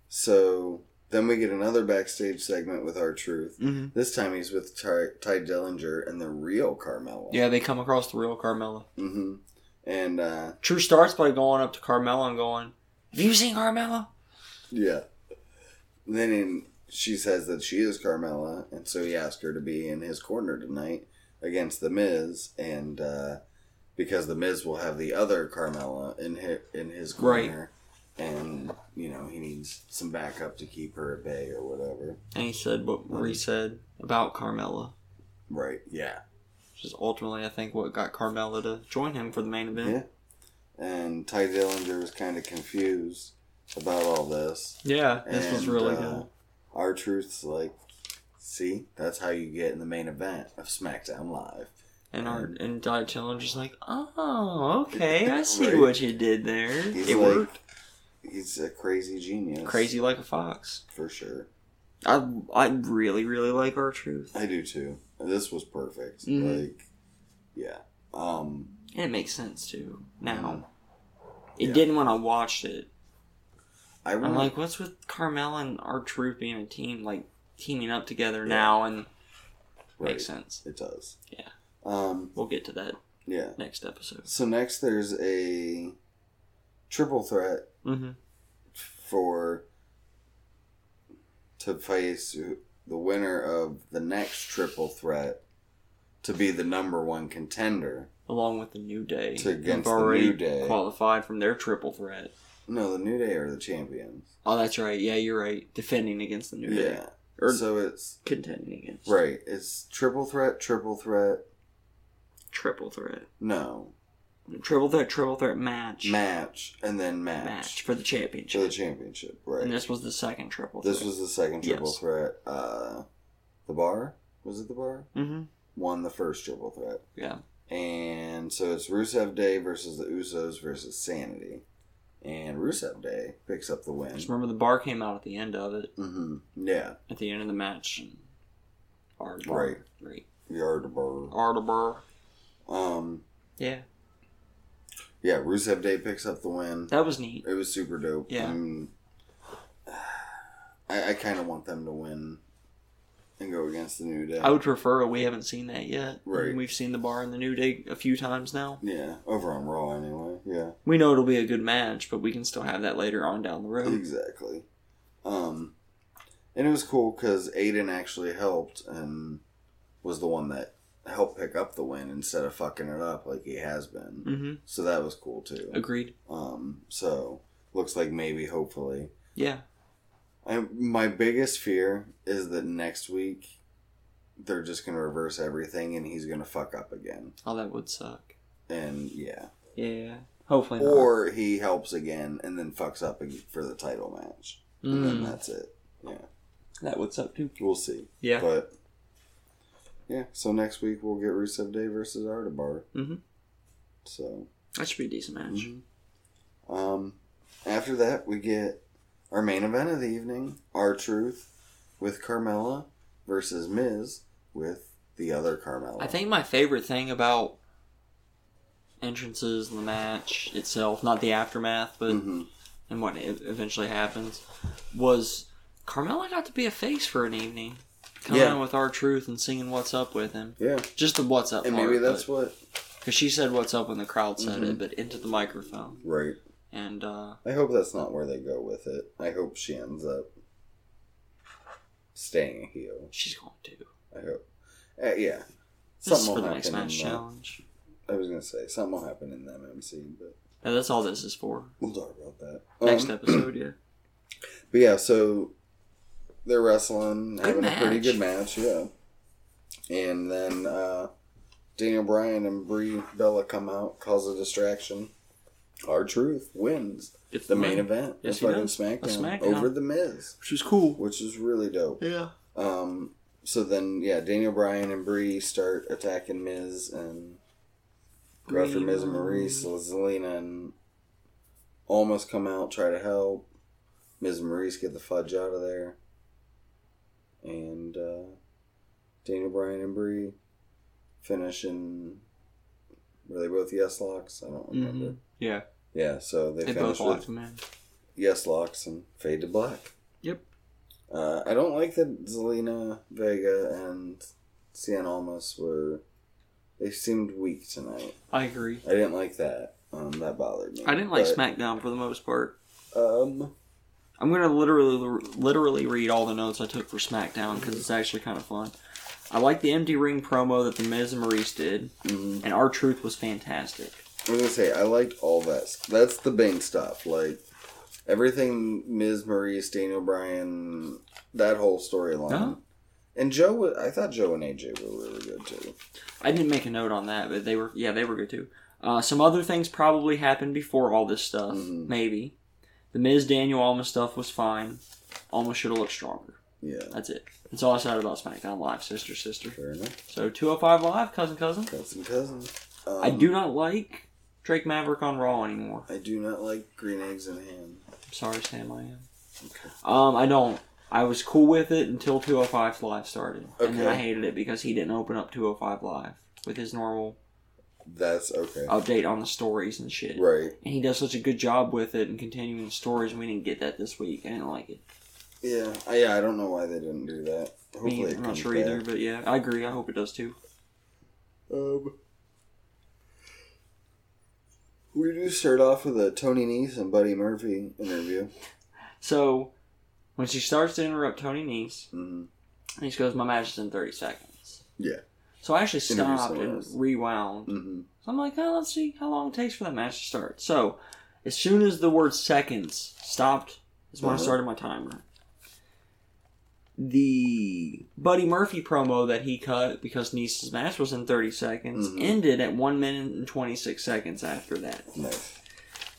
So then we get another backstage segment with our truth.
Mm-hmm.
This time he's with Ty, Ty Dillinger and the real Carmella.
Yeah, they come across the real Carmella.
Mm-hmm. And uh,
True starts by going up to Carmella and going, Have you seen Carmella?
yeah, then in, she says that she is Carmella, and so he asked her to be in his corner tonight against the Miz, and uh, because the Miz will have the other Carmella in his, in his
Right.
corner, and you know he needs some backup to keep her at bay or whatever.
And he said what Marie
Mm.
said about Carmella,
Right. Yeah.
which is ultimately, I think, what got Carmella to join him for the main
Yeah.
event.
And Ty Dillinger was kind of confused about all this.
Yeah, this was
And,
really
uh,
good.
Our truth's like, see, that's how you get in the main event of SmackDown Live.
And our and Di Challenger's like, Oh, okay, I see
Right.
what you did there.
He's
it
like-
worked.
He's a crazy genius.
Crazy like a fox.
for sure.
I I really, really like our truth.
I do too. This was perfect.
Mhm.
Like, yeah. Um,
And it makes sense too. Now. It
Yeah.
didn't when I watched it.
I
I'm
really,
like, what's with Carmel and our truth being a team, like teaming up together now, and
right,
makes sense.
It does.
Yeah.
Um.
We'll get to that
Yeah.
next episode.
So next, there's a triple threat
Mm-hmm.
for to face who- the winner of the next triple threat to be the number one contender.
Along with the New Day,
To against
who've
the New Day.
qualified from their triple threat.
No, the New Day are the champions.
Oh, that's right. Yeah, you're right. Defending against the New Day.
Yeah.
or
so it's
contending against.
right. It's triple threat, triple threat.
Triple threat.
No
Triple threat, triple threat match.
match, and then match,
Match for
for
the
the
championship.
championship. Right.
And this was the second triple
This
threat.
was the second triple
Yes.
threat. Uh, the bar was it the bar
Mm-hmm.
won the first triple threat,
Yeah.
and so it's Rusev Day versus the Usos versus Sanity, and Rusev Day picks up the win.
Just remember the bar came out at the end of it,
Mm-hmm. Yeah,
at the end of the match. And Arda bar.
Right.
Right.
yard bar.
Arda bar.
Um,
Yeah.
yeah, Rusev Day picks up the win.
That was neat.
It was super dope.
Yeah.
I'm- I, I kind of want them to win and go against the New Day.
I would prefer we haven't seen that yet.
Right.
We've seen the bar in the New Day a few times now.
yeah, over on Raw anyway. Yeah.
We know it'll be a good match, but we can still have that later on down the road.
Exactly. Um, and it was cool because Aiden actually helped and was the one that helped pick up the win instead of fucking it up like he has been.
Mm-hmm.
So that was cool too.
Agreed.
Um, so looks like maybe, hopefully.
Yeah.
I, my biggest fear is that next week they're just going to reverse everything and he's going to fuck up again.
Oh, that would suck.
And yeah.
Yeah. Hopefully not.
Or he helps again and then fucks up ag- for the title match. And then
Mm,
that's it. Yeah.
that would suck too.
We'll see.
Yeah.
But yeah, so next week we'll get Rusev Day versus Artabar.
Mhm.
So
That should be a decent match.
Mm-hmm. um, after that we get our main event of the evening: our Truth with Carmella versus Miz with the other Carmella.
I think my favorite thing about entrances in the match itself, not the aftermath, but
hmm
and what e- eventually happens, was Carmella got to be a face for an evening, coming
Yeah.
out with our truth and singing "What's Up" with him.
Yeah,
Just the "What's Up"
and
part,
maybe that's what
because she said "What's Up" when the crowd said
Mhm.
it, but into the microphone.
right.
And uh,
I hope that's not where they go with it. I hope she ends up staying a heel.
she's going to.
I hope. Uh, yeah,
This
Something
is for
will
the next
happen
match
in uh, that.
challenge.
I was gonna say something will happen in the MMC, but
Yeah, that's all this is for.
we'll talk about that
Next
Um,
episode, yeah.
But yeah, so they're wrestling,
Good
having a pretty
match.
good match, yeah. And then uh, Daniel Bryan and Brie Bella come out, cause a distraction. Our truth wins
It's
the main event.
Yes,
of
he
fucking
does.
SmackDown,
Of SmackDown.
over the Miz,
which is cool.
which is really dope.
Yeah.
Um, so then, yeah, Daniel Bryan and Brie start attacking Miz and go after
Brie
Miz and Maurice. So Zelina and almost come out, try to help. Miz and Maurice get the fudge out of there. And uh, Daniel Bryan and Brie finish in. Were they both yes locks? I don't remember.
Mhm. Yeah.
Yeah, so Mm-hmm. they,
They
finish
both
with
locked him in.
yes locks and fade to black.
Yep.
Uh, I don't like that Zelina Vega and Cien Almas were. They seemed weak tonight.
I agree.
I didn't like that. Um, that bothered me.
I didn't like
But,
SmackDown for the most part.
Um,
I'm gonna literally literally read all the notes I took for SmackDown because it's actually kind of fun. I like the empty ring promo that the Miz and Maurice did,
mhm.
and our truth was fantastic.
I was gonna say I liked all that. st- That's the main stuff. Like everything, Ms. Maurice, Daniel Bryan, that whole storyline.
Uh-huh.
And Joe, wa- I thought Joe and AJ were really good too.
I didn't make a note on that, but they were yeah they were good too. Uh, some other things probably happened before all this stuff,
Mhm.
maybe. The Miz Daniel Alma stuff was fine. Alma should have looked stronger.
Yeah,
That's it. That's all I said about SmackDown Live, sister, sister.
fair enough.
So 205 Live, cousin, cousin.
Cousin, cousin. Um,
I do not like Drake Maverick on Raw anymore.
I do not like green eggs and ham.
I'm sorry, Sam, I am.
Okay.
Um, I don't. I was cool with it until 205 Live started. And
Okay.
then I hated it because he didn't open up 205 Live with his normal
That's okay.
update on the stories and shit.
Right.
And he does such a good job with it and continuing the stories, and we didn't get that this week. I didn't like it.
Yeah. I, yeah. I don't know why they didn't do that.
I
Hopefully,
mean,
it
I'm not
comes
sure
back.
either, but yeah, I agree. I hope it does too.
Um, we do start off with a Tony Nese and Buddy Murphy interview.
So, when she starts to interrupt Tony Nese,
Mm-hmm.
And he just goes, My match is in 30 seconds.
Yeah.
So I actually
Interview
stopped
someone
and
else.
rewound.
Mm-hmm.
So I'm like, oh, let's see how long it takes for that match to start. So as soon as the word seconds stopped, is when
Uh-huh.
I started my timer. the Buddy Murphy promo that he cut because Nice's match was in 30 seconds
Mhm.
ended at 1 minute and 26 seconds after that.
Nice.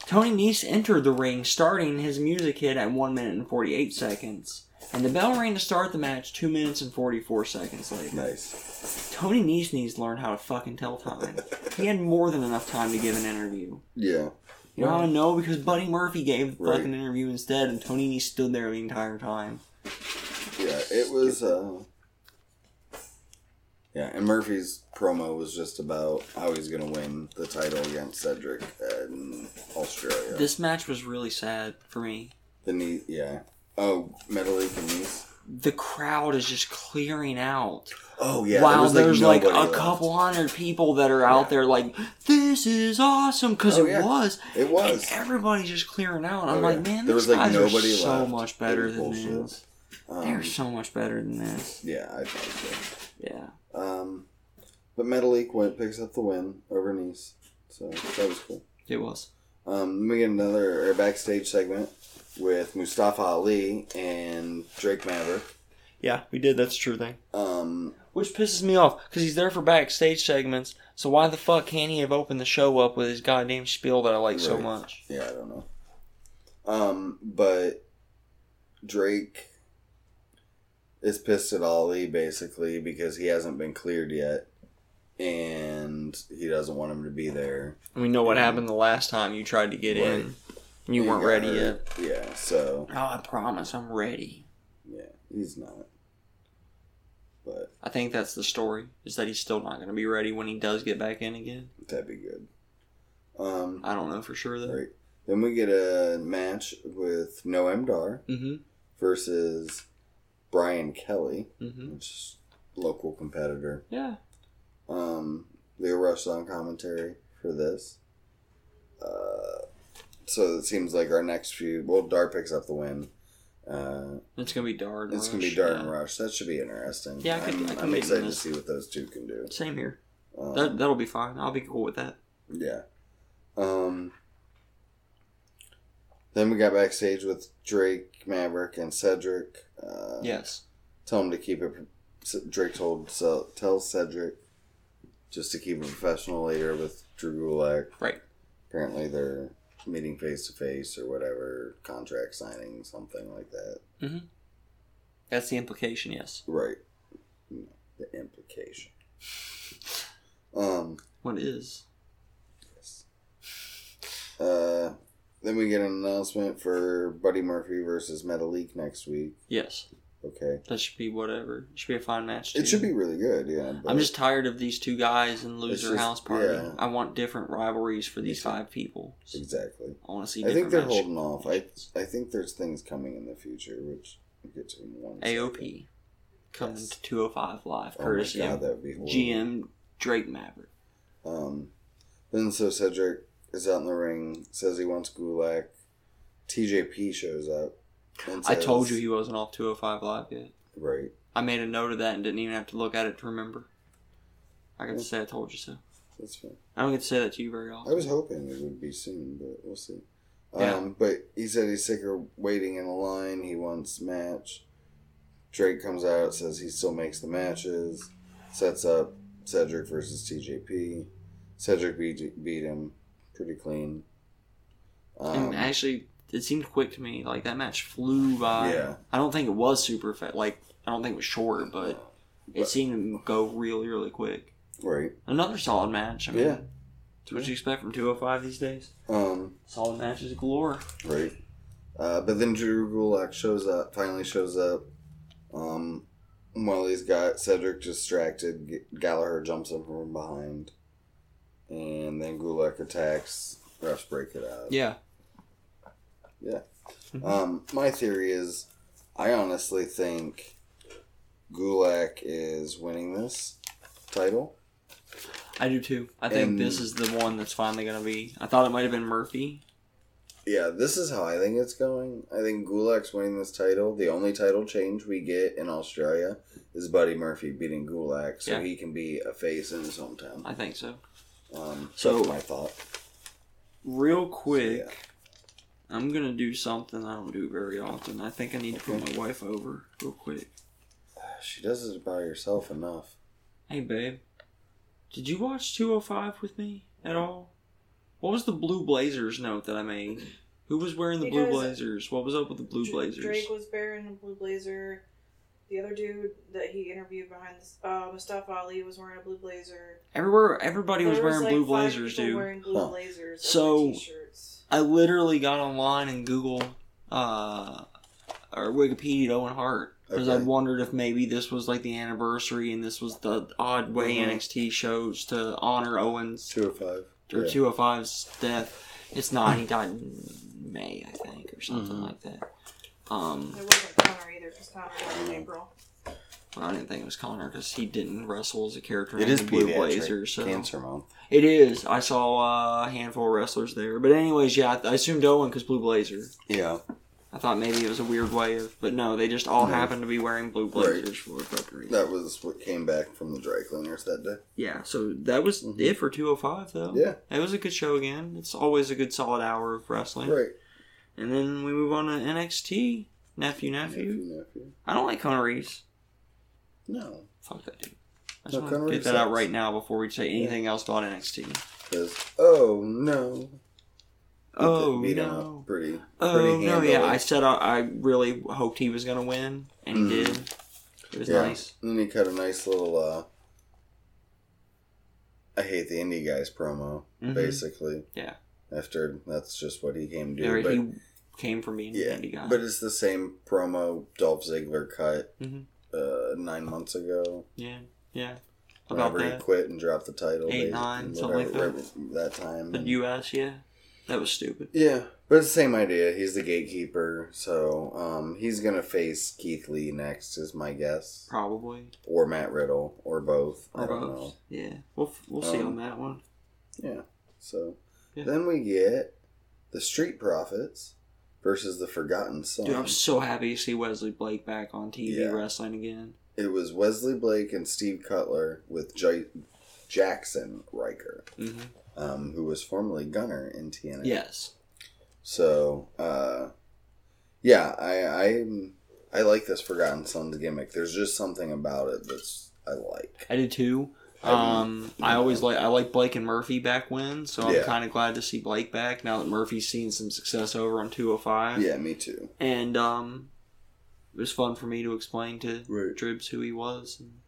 Tony Nese entered the ring starting his music hit at 1 minute and 48 seconds. And the bell rang to start the match 2 minutes and 44 seconds later.
Nice.
Tony Nese needs to learn how to fucking tell time. He had more than enough time to give an interview.
Yeah.
You know how I know? Because Buddy Murphy gave the
Right.
fucking interview instead, and Tony Nese stood there the entire time.
Yeah. It was. Uh, yeah, and Murphy's promo was just about how he's gonna win the title against Cedric in Australia.
This match was really sad for me.
the knee, yeah. Oh, Metal League and knees.
The crowd is just clearing out.
Oh yeah.
while there's like a
nobody left.
couple hundred people that are out there like, this is awesome, because
Oh,
it
yeah.
was.
It was.
And everybody's just clearing out. I'm
Oh,
like,
yeah.
man,
There
these
was, like,
guys
nobody
are so
left.
much
They
better
were
than
bullshit.
this. They're
Um,
so much better than this.
yeah, I think
Yeah.
so. Um, but Metalik went picks up the win over Nice, so that was cool.
It was.
Um, then we get another uh, backstage segment with Mustafa Ali and Drake Maverick.
Yeah, we did. That's a true thing.
Um,
Which pisses me off, because he's there for backstage segments, so why the fuck can't he have opened the show up with his goddamn spiel that I like so
Right.
much?
yeah, I don't know. Um, but Drake is pissed at Ali basically because he hasn't been cleared yet, and he doesn't want him to be there.
And we know what happened the last time you tried to get in. and You
He
weren't
got
ready yet.
hurt. Yeah, so
Oh, I promise, I'm ready.
Yeah, he's not. But
I think that's the story, is that he's still not going to be ready when he does get back in again.
that'd be good. Um,
I don't know for sure, though.
right. Then we get a match with Noam Dar
Mm-hmm.
versus Brian Kelly,
Mm-hmm.
which is local competitor.
Yeah.
Um, Leo Rush on commentary for this. Uh, so it seems like our next few. Well, Dar picks up the win. Uh,
It's gonna be Darn.
it's gonna be Dar and Rush. That should be interesting.
Yeah, I could-
I'm,
I could
am
make
excited to
this.
see what those two can do.
Same here.
Um,
That that'll be fine. I'll be cool with that.
Yeah. Um. Then we got backstage with Drake, Maverick, and Cedric. Uh,
Yes.
Tell him to keep it. C- Drake told so, tell Cedric just to keep it professional later with Drew Gulak.
Right.
Apparently they're meeting face to face or whatever contract signing something like that.
That's the implication. Yes.
Right. You know, the implication. Um.
What is?
Yes. Uh, then we get an announcement for Buddy Murphy versus Metalik next week.
Yes.
Okay.
That should be whatever. It should be a fine match. Too.
It should be really good, yeah. but-
I'm just tired of these two guys and loser
just-
house party.
yeah.
I want different rivalries for these
Exa-
five people.
exactly.
I want to see.
I think
Different
they're
match.
holding off. I I think there's things coming in the future, which we get to in one. second.
AOP coming
Yes.
to 205 live,
Oh my
courtesy
God,
of
that would be horrible.
GM Drake Maverick.
Um, then so Cedric is out in the ring, says he wants Gulak. TJP shows up. and
I told you
says-
he wasn't off 205 live yet.
Right.
I made a note of that and didn't even have to look at it to remember. I got to say I told you so.
That's fine.
I don't get to say that to you very
I
often.
was hoping it would be soon, but we'll see.
Yeah.
Um, but he said he's sick of waiting in a line. He wants match. Drake comes out, says he still makes the matches, sets up Cedric versus TJP. Cedric beat, beat him pretty clean. Um,
and actually, it seemed quick to me. Like that match flew by.
Yeah.
I don't think it was super fast. Like I don't think it was short, but it seemed to go really, really quick.
right.
Another solid match. I mean,
Yeah.
It's what you expect from 205 these days.
Um,
Solid matches galore.
right. Uh, but then Drew Gulak shows up, finally shows up. Um, while he's got Cedric distracted, G- Gallagher jumps up from behind. And then Gulak attacks. Refs break it out.
Yeah.
Um, my theory is I honestly think Gulak is winning this title.
I do too. I think
And-
this is the one that's finally gonna be. I thought it might have been Murphy.
Yeah, this is how I think it's going. I think Gulak's winning this title. The only title change we get in Australia is Buddy Murphy beating Gulak, so
Yeah.
he can be a face in his hometown.
I think so.
Um,
So-
that's my thought.
Real quick,
Yeah.
I'm gonna do something I don't do very often. I think I need to put my wife over real quick.
She does it by herself enough.
Hey, babe. Did you watch 205 with me at all? What was the Blue Blazers note that I made? Who was wearing the Blue
Because-
Blazers? What was up with the Blue
Dr-
Blazers?
Drake was wearing a blue blazer. The other dude that he interviewed behind this, uh, Mustafa Ali was wearing a blue blazer.
Everywhere, everybody was
There
wearing
like,
blue
five
blazers,
people
dude.
Wearing blue
Huh.
blazers.
So-
So t-shirts.
I literally got online and Google uh, or Wikipedia Owen Hart because I
Okay.
wondered if maybe this was like the anniversary and this was the odd way
Mhm.
NXT shows to honor Owen's
Two or five.
or
Yeah.
205's death. It's not. He died in May, I think, or something
Mhm.
like that. Um,
There wasn't Connor either because Connor died in April.
but I didn't think it was Connor because he didn't wrestle as a character
It
in
is
the Blue
pediatric
Blazers. So.
cancer month.
It is. I saw uh, a handful of wrestlers there. But anyways, yeah, I, th- I assumed Owen because Blue Blazer.
Yeah,
I thought maybe it was a weird way of, but no, they just all
Mhm.
happened to be wearing blue blazers for a fucking reason.
that was what came back from the dry cleaners that day.
Yeah, so that was
Mhm.
it for 205 though.
Yeah,
It was a good show again. It's always a good solid hour of wrestling.
right.
And then we move on to NXT. Nephew, nephew.
Nephew, nephew.
I don't like Conor Reeves.
No,
Fuck that dude. I
No,
just
Conor
want to get
Reeves
that out
sucks.
right now before we say anything else about NXT.
because oh no.
Oh,
Beat him
no.
up pretty.
Oh
pretty
no,
handily.
yeah, I said I, I really hoped he was gonna win, and he
Mhm.
did. It was
Yeah.
nice.
And then he cut a nice little. uh I hate the indie guys promo.
Mhm.
basically.
Yeah.
After that's just what he came to do.
There-
but,
he came from being
yeah,
an indie guy.
but it's the same promo Dolph Ziggler cut
Mhm.
uh, nine months ago.
yeah, yeah. About
Whenever he
that,
quit and dropped the title, basically,
Eight, nine, something like that.
right that time.
the
and-
U.S. Yeah, that was stupid.
yeah, but it's the same idea. He's the gatekeeper, so um, he's gonna face Keith Lee next, is my guess,
Probably.
or Matt Riddle, or both. I
Or
don't
both.
know.
Yeah, we'll f- we'll see
Um,
on that one.
Yeah. So
Yeah.
then we get the Street Profits versus the Forgotten Son.
Dude, I'm so happy to see Wesley Blake back on TV
Yeah.
wrestling again.
It was Wesley Blake and Steve Cutler with J- Jackson Riker,
hmm
um, who was formerly Gunner in TNA.
Yes.
So, uh, yeah, I, I I like this Forgotten Sons gimmick. There's just something about it that's I like.
I do too.
I mean,
Um, I always like I like Blake and Murphy back when, so I'm
Yeah.
kind of glad to see Blake back now that Murphy's seen some success over on 205.
Yeah, me too.
and um, it was fun for me to explain to
Right.
Dribs who he was and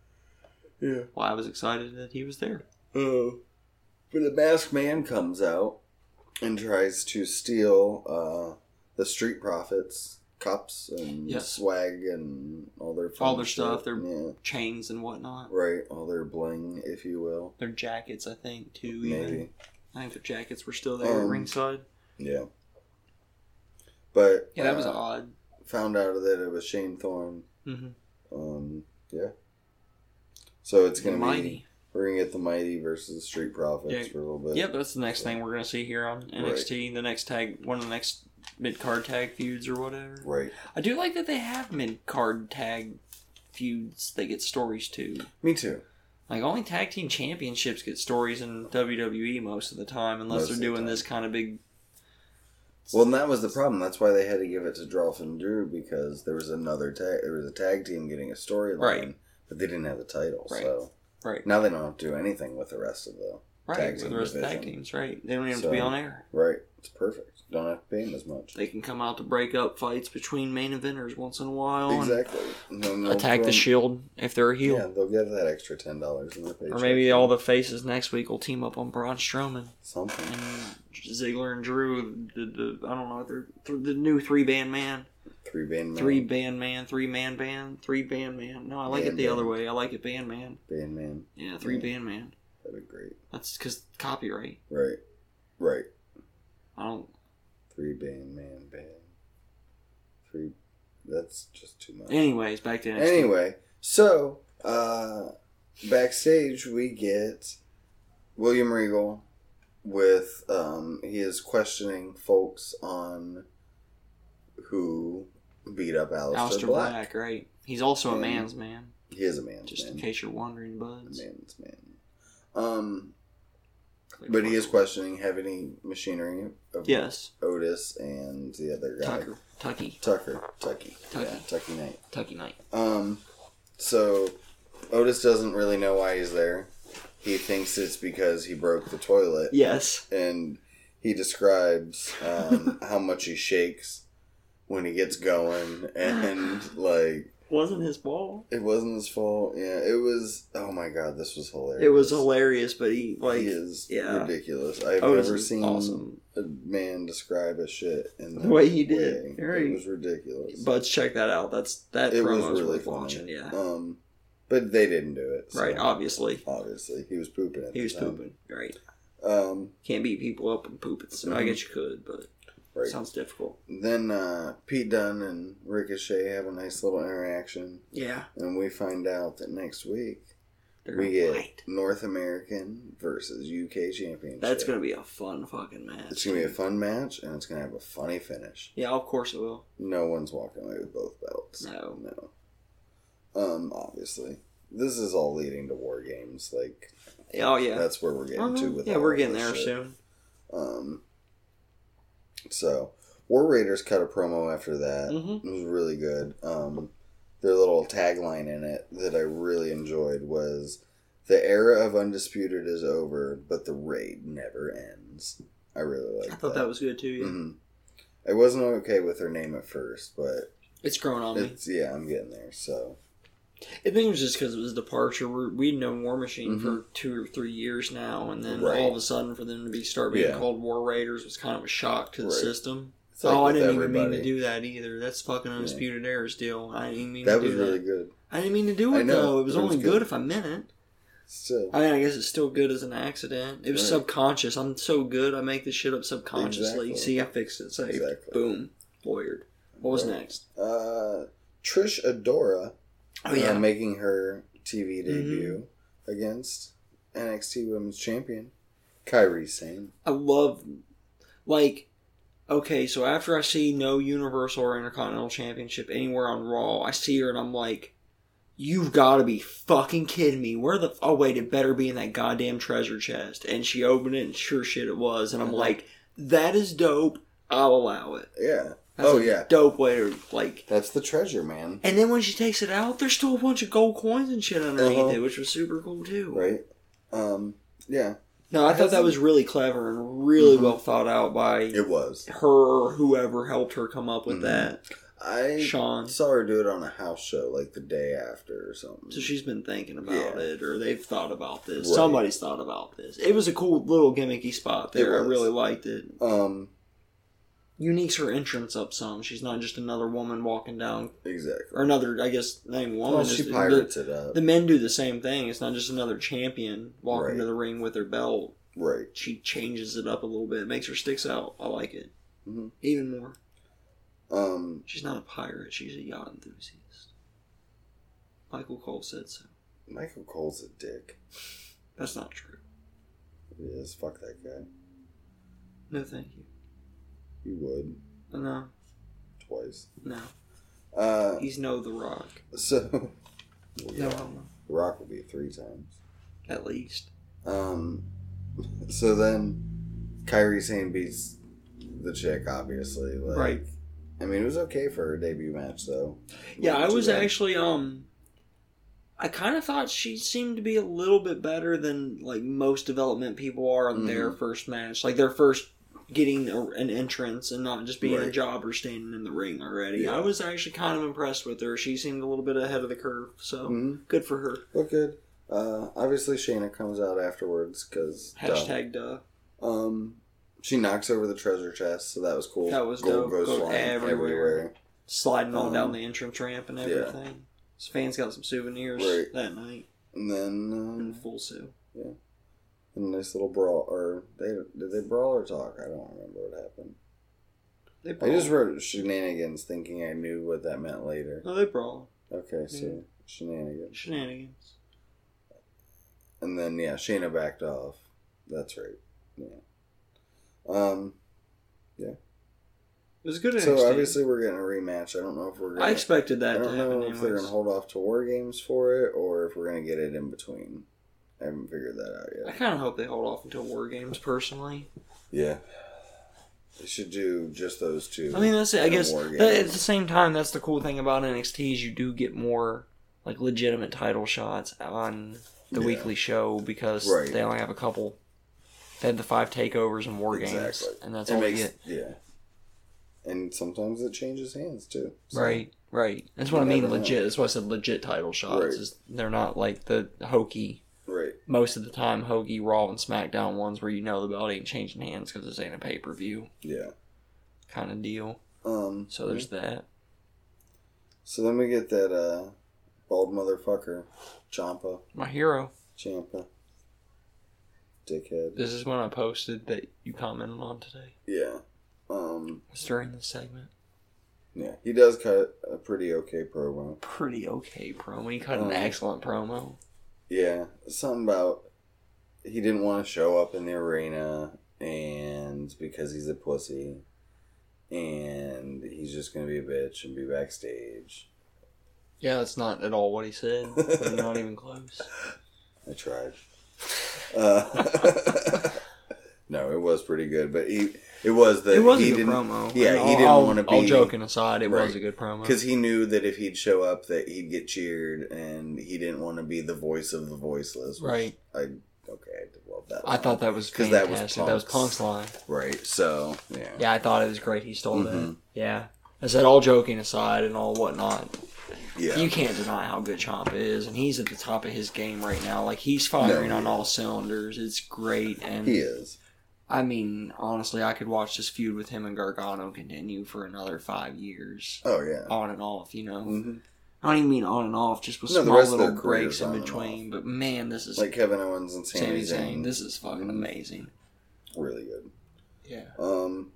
Yeah.
why I was excited that he was there.
Uh, but the masked man comes out and tries to steal uh, the street profits cups and
Yeah.
swag and all their
All
fun
their
shit.
stuff, their-
yeah,
Chains and whatnot.
right all their bling if you will
Their jackets, I think, too. Even.
maybe
I think their jackets were still there
Um,
at ringside.
yeah but
Yeah, that was
uh,
odd.
found out that it was Shane Thorne
Mm-hmm.
um yeah so it's gonna be
Mighty.
we're gonna get the mighty versus the street profits
Yeah.
for a little bit
Yep, that's the next thing we're gonna see here on NXT. The next tag, one of the next mid card tag feuds or whatever.
right
I do like that they have mid card tag feuds. They get stories too.
me too
Like only tag team championships get stories in WWE most of the time,
Most
unless
of
they're
the
doing
time.
this kind of big.
Well, and that was the problem. That's why they had to give it to Dolph and Drew because there was another tag. There was a tag team getting a storyline,
Right.
but they didn't have the title.
Right.
So
Right.
now they don't have to do anything with the rest of the
Right,
tag
with
team
the rest of the tag
division.
teams, right? They don't even have to be
So-
on air.
right. It's perfect. Don't have to pay them as much.
They can come out to break up fights between main eventers once in a while
Exactly. No,
and attack the Shield if they're a heel,
Yeah, they'll get that extra ten dollars in their paycheck.
or maybe all the faces next week will team up on Braun Strowman
something.
and Ziggler and Drew. The, the I don't know they're th- the new three band man,
Three band man.
three band man, three man band, three band man. No, I like it
Band
the
man.
other way. I like it band man.
band man.
Yeah, three
Yeah.
band man.
That'd be great.
That's because copyright.
Right. Right.
I don't.
Three band man band. Three. That's just too much.
Anyways, back to NXT.
Anyway, so uh, backstage we get William Regal with um, he is questioning folks on who beat up Alistair,
Alistair
Black.
Black. right? He's also a
Um,
man's man.
He is a man's
Just
man.
in case you're wondering,
A
buds.
man's man. Um, but he is questioning heavy machinery of
Yes,
Otis and the other guy
Tucker, Tucky,
Tucker Tucky
Tucky.
yeah Tucky Knight.
Tucky Knight.
Um, So Otis doesn't really know why he's there. He thinks it's because he broke the toilet,
Yes.
and he describes um, how much he shakes when he gets going, and like
Wasn't his ball.
it wasn't his fault. Yeah, it was. Oh my god, this was hilarious.
It was hilarious, but he like
he is
yeah.
ridiculous. I've
Otis
never
is
seen
awesome.
a man describe a shit in
The
that
way he did.
way.
Very-
It was ridiculous.
But check that out. That's that
it was
promo is
really
worth
funny.
watching. Yeah.
Um, but they didn't do it. so
right. Obviously,
Obviously, he was pooping. At
he
the
was
time.
pooping. Right.
Um,
Can't beat people up and Mm-hmm. poop. It's, I
Mhm.
guess you could, but
right.
sounds difficult.
then uh, Pete Dunn and Ricochet have a nice little interaction,
Yeah.
and we find out that next week
They're
we get
right.
North American versus UK Championship.
That's gonna be a fun fucking match.
It's gonna be a fun match, and it's gonna have a funny finish.
Yeah, of course it will.
No one's walking away with both belts.
No.
no. Um, obviously, this is all leading to war games. Like
Oh yeah.
that's where we're getting to
Uh-huh.
with
yeah,
all
we're
of
getting
this
there
shit.
soon.
Um, so War Raiders cut a promo after that.
hmm
It was really good. Um, their little tagline in it that I really enjoyed was "The era of undisputed is over, but the raid never ends." I really like.
I thought that was good too. Yeah.
Mhm. I wasn't okay with her name at first, but
It's grown on me.
it's yeah, I'm getting there. So
I think it was just because it was departure. We're, we'd known War Machine for two or three years now, and then
Mm-hmm. Right.
all of a sudden for them to be start being
Yeah.
called War Raiders was kind of a shock to the
Right.
system.
it's like
oh, I
with
didn't even mean
everybody.
to do that either. That's fucking Undisputed Era's deal. I didn't mean
That
to
was
do
really
that.
good.
I didn't mean to do
I
it
know,
though. It was
but it was
only
good.
good. if I meant it.
Still,
I mean, I guess it's still good as an accident. It was
Right.
subconscious. I'm so good. I make this shit up subconsciously.
Exactly.
See, I fixed it. Saved.
Exactly.
Boom. Lawyered. What was
Right.
next?
uh, Trish Adora
Oh yeah.
uh, making her TV
Mhm.
debut against NXT Women's Champion Kyrie Sane.
I love, like, okay, so after I see no Universal or Intercontinental Championship anywhere on Raw, I see her and I'm like, you've got to be fucking kidding me. Where the, oh wait, it better be in that goddamn treasure chest. And she opened it and sure shit it was.
Uh-huh.
And I'm like, that is dope. I'll allow it.
Yeah,
That's
Oh,
a
yeah.
Dope way to, like,
that's the treasure, man.
and then when she takes it out, there's still a bunch of gold coins and shit underneath
Uh-huh.
it, which was super cool too.
Right? Um, yeah,
No,
It
I thought that
hasn't-
was really clever and really
Mhm.
well thought out by
it was.
her or whoever helped her come up with
Mhm.
that.
I
Sean.
saw her do it on a house show like the day after or something.
So she's been thinking about
Mm-hmm. Yeah.
it, or they've thought about this.
Right.
Somebody's thought about this. It was a cool little gimmicky spot there. I
was.
really liked it.
um,
Uniques her entrance up some. She's not just another woman walking down,
exactly.
or another, I guess, name woman.
Well,
Just-
she
the,
pirates it up,
the men do the same thing. It's not just another champion walking
Right.
to the ring with her belt.
right?
She changes it up a little bit, makes her sticks out. I like it
Mhm.
even more.
Um,
She's not a pirate. She's a yacht enthusiast. Michael Cole said so.
Michael Cole's a dick.
That's not true.
Yes, fuck that guy.
No, thank you.
You would
No,
twice.
no.
Uh,
He's no The Rock.
so
No, homo.
Rock will be three times.
at least.
Um, so then Kyrie Sane beats the chick, obviously. Like,
Right.
I mean, it was okay for her debut match, though.
Yeah, I
Wasn't too
was
bad.
actually um. I kind of thought she seemed to be a little bit better than like most development people are on
Mm-hmm.
their first match, like their first getting a, an entrance and not just being a
Right.
jobber standing in the ring already.
Yeah.
I was actually kind of impressed with her. She seemed a little bit ahead of the curve, so
Mhm.
good for her.
Looked good. Uh, obviously, Shayna comes out afterwards because
Hashtag duh.
Um, she knocks over the treasure chest, so that was cool.
That was dope. Gold everywhere. Sliding all down the entrance ramp and
Um, yeah.
everything. His fans got some souvenirs
Right.
that night
And then
in
um,
full suit.
a nice little brawl, or they did they brawl or talk? I don't remember what happened.
They
I
brawl.
just wrote shenanigans, thinking I knew what that meant later.
No, they brawl.
Okay, so
Yeah.
shenanigans.
Shenanigans.
And then yeah, Shayna backed off. That's right. Yeah. Um.
It was good. NXT.
So obviously we're getting a rematch. I don't know if we're. Gonna,
I expected
I
that to
don't know
happen.
if they're
anyways.
gonna hold off to War Games for it or if we're gonna get it in between. I haven't figured that out
I
yet.
kind of hope they hold off until War Games. Personally,
Yeah. They should do just those two.
I mean that's it. I
and
guess
War
that,
Games.
at the same time, that's the cool thing about NXT is you do get more like legitimate title shots on the
Yeah.
weekly show because
Right.
they only have a couple. They had the five takeovers and war games,
Exactly.
and that's
It
all
makes
they get.
yeah. And sometimes it changes hands too. So,
Right, right. That's what
You
I mean.
never know.
Legit. That's why I said legit title shots.
Right.
Is they're not like the hokey.
Right.
Most of the time, hokey Raw and SmackDown ones where you know the belt ain't changing hands because this ain't a pay per view
Yeah.
kind of deal.
Um.
So there's that.
So then we get that uh, bald motherfucker, Champa,
My hero.
Champa, dickhead.
This is one I posted that you commented on today.
Yeah. Um.
It's during this segment.
Yeah. He does cut a pretty okay promo.
Pretty okay promo. He cut
Um,
an excellent promo.
Yeah, something about he didn't want to show up in the arena, and because he's a pussy, and he's just gonna be a bitch and be backstage.
Yeah, that's not at all what he said. We're not even close.
I tried. Uh, no, it was pretty good, but he it was that
It was
he
a good
didn't
promo.
yeah,
And
he
all-
didn't
all-
wanna
All
be-
joking aside, it was
right.
a good promo.
because he knew that if he'd show up, that he'd get cheered, and he didn't want to be the voice of the voiceless. which
Right.
I okay, I did love that.
I thought that was
'Cause
fantastic.
that
That
was
was,
Punk's.
Punk's line.
right. So yeah.
Yeah, I thought it was great. He stole that.
Mhm.
Yeah. I said, all joking aside and all whatnot,
yeah.
you can't deny how good Chomp is, and he's at the top of his game right now. Like he's firing
No,
on all cylinders. It's great, and
he is.
I mean, honestly, I could watch this feud with him and Gargano continue for another five years,
Oh yeah.
on and off. You know,
hmm
I don't even mean on and off, just with
No, the
small
rest of
little
their careers
breaks in
on and
between. But man, this is
like Kevin Owens and Sami
Sami
Zayn. Mm-hmm.
Zayn. This is fucking amazing.
really good.
Yeah.
Um,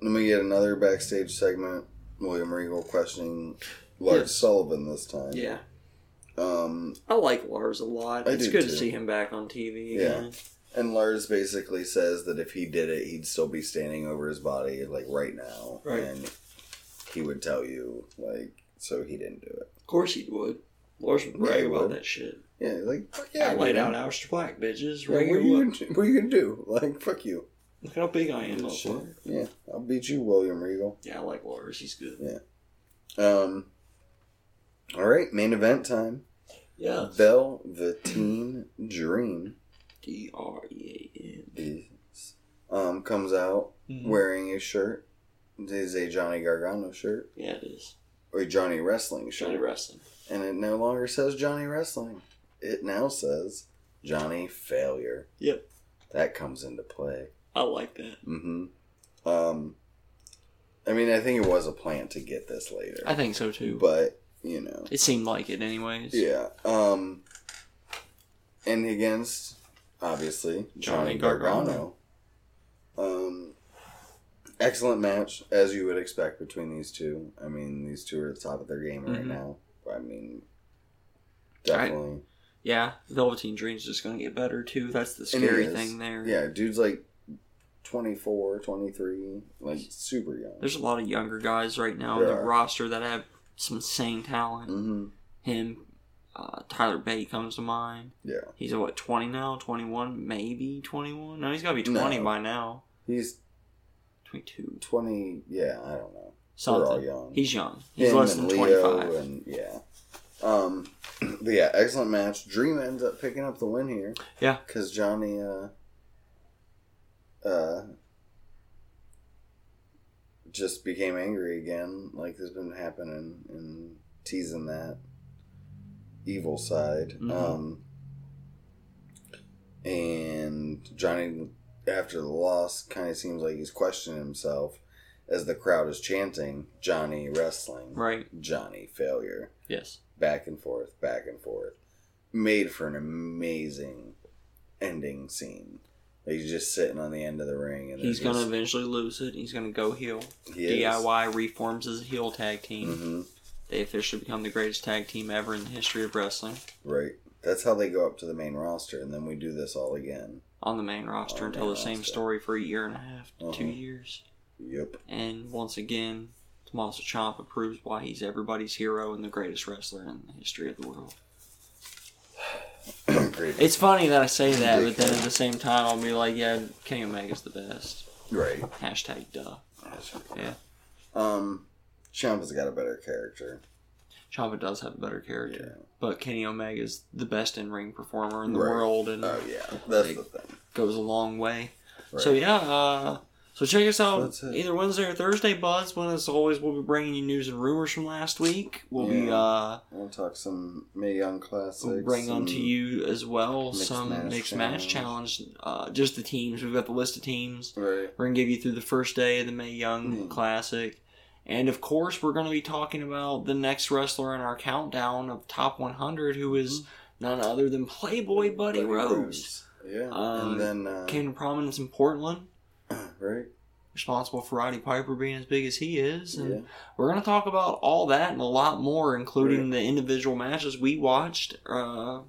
then we get another backstage segment. William Regal questioning Lars
Yes.
Sullivan this time.
Yeah.
Um,
I like Lars a lot.
I
it's
do
good
too.
to see him back on TV.
Yeah.
again.
and Lars basically says that if he did it, he'd still be standing over his body like right now,
Right.
and he would tell you like so he didn't do it.
Of course he would. Lars would
Yeah,
brag
he
about
would.
that shit.
Yeah, he's like fuck
Yeah,
yeah,
I laid
man.
out Aleister Black, bitches.
Yeah, what,
Right
are you gonna, do- what are you gonna do? Like fuck you.
Look how big I am,
Shit.
motherfucker.
Yeah, I'll beat you, William Regal.
Yeah, I like Lars. He's good.
Um, all right, main event time.
Yeah.
Velveteen Dream
D R E A N.
is, um, comes out
Mhm.
wearing a shirt. It is a Johnny Gargano shirt
Yeah, it is.
or a Johnny Wrestling shirt,
Johnny Wrestling.
and it no longer says Johnny Wrestling. It now says Johnny Failure.
Yep.
That comes into play.
I like that.
Mm-hmm. Um, I mean, I think it was a plan to get this later,
I think so too.
but you know,
it seemed like it, anyways.
yeah. Um, and against obviously Johnny
Johnny Gargano.
Gargano. Um, excellent match as you would expect between these two. I mean, these two are at the top of their game right
Mhm.
now. I mean,
Right.
definitely.
Yeah, Velveteen Dream's just gonna get better too. That's the
And he
scary
is.
thing there.
Yeah, dude's like 24, 23, like super young.
There's a lot of younger guys right now
There
on the
are.
roster that have some insane talent.
Mm-hmm.
Him, uh, Tyler Bate comes to mind.
Yeah,
He's at what, 20 now? 21? Maybe 21? No, he's got to be 20
No.
by now.
he's
22.
20. Yeah, I don't know. We're all
Something.
young.
He's young. He's
him
less than
and Leo
25.
and yeah. Um, but yeah, excellent match. Dream ends up picking up the win here.
Yeah.
because Johnny, uh, uh, just became angry again. Like has been happening and teasing that evil side.
Mhm.
Um, and Johnny, after the loss, kind of seems like he's questioning himself as the crowd is chanting Johnny wrestling.
Right.
Johnny failure.
Yes.
Back and forth, back and forth. Made for an amazing ending scene. Like, he's just sitting on the end of the ring and
He's
they're
going to
just,
eventually lose it. He's going to go heel.
he is.
DIY reforms as a heel tag team.
Mhm,
They officially become the greatest tag team ever in the history of wrestling
Right. That's how they go up to the main roster and then we do this all again.
on the main roster
On the
until the
main
same
roster.
story for a year and a half, to two
Oh, Uh-huh.
years.
Yep.
And once again, Tommaso Ciampa proves why he's everybody's hero and the greatest wrestler in the history of the world.
Great.
It's funny that I say that, but then at the same time, I'll be like, yeah, Kenny Omega's the best.
Right.
Hashtag duh. Yeah.
Um Champa's got a better character.
Ciampa does have a better character,
Yeah.
but Kenny Omega is the best in ring performer in the
Right.
world and
Oh yeah, that's the thing.
goes a long way.
Right.
So yeah, uh, so check us out
That's it.
either Wednesday or Thursday, buds. When as always, we'll be bringing you news and rumors from last week. We'll be
Yeah.
uh,
we'll talk some Mae Young classics.
we'll bring on to
and-
you as well
Mixed
some
Match
mixed match challenge. Uh, just the teams. We've got the list of teams.
Right.
We're gonna give you through the first day of the May Young
Mhm.
Classic. And of course, we're going to be talking about the next wrestler in our countdown of top 100, who
Hmm.
is none other than Playboy Buddy, Rose.
Yeah.
Um,
and then uh,
Came to prominence in Portland,
right.
responsible for Roddy Piper being as big as he is. And
Yeah.
We're going to talk about all that and a lot more, including the individual matches we watched. Uh,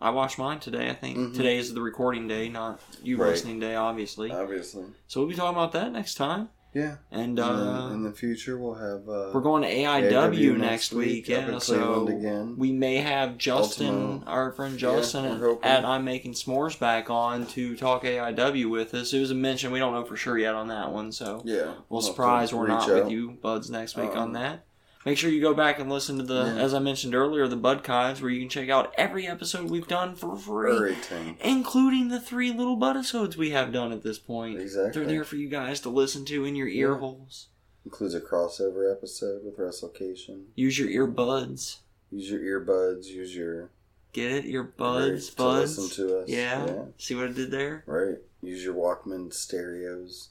I watched mine today, I think.
Mhm.
Today is the recording day, not you
Right.
listening day, obviously.
Obviously.
so we'll be talking about that next time.
Yeah.
And
And
uh,
then in the future, we'll have uh,
we're going to AIW,
AIW
next, week.
up in
Yeah, so
Cleveland again.
we may have Justin,
Ultimo.
our friend
Yeah,
Justin,
we're
at-
hoping.
at I'm Making S'mores back on to talk AIW with us. It was a mention. We don't know for sure yet on that one, so
yeah,
We'll
have to
surprise we're not
reach
with
out.
you, Buds, next week on
Um,
that. Make sure you go back and listen to the,
Yeah.
as I mentioned earlier, the Bud Cods, where you can check out every episode we've done for free,
Everything.
including the three little Bud episodes we have done at this point.
Exactly.
They're there for you guys to listen to in your ear
Yeah.
holes.
Includes a crossover episode with WrestleCation.
Use your earbuds.
Use your earbuds. Use your
Get it? Your buds,
to
buds.
Listen to us.
yeah. See what I did there?
Right. Use your Walkman stereos.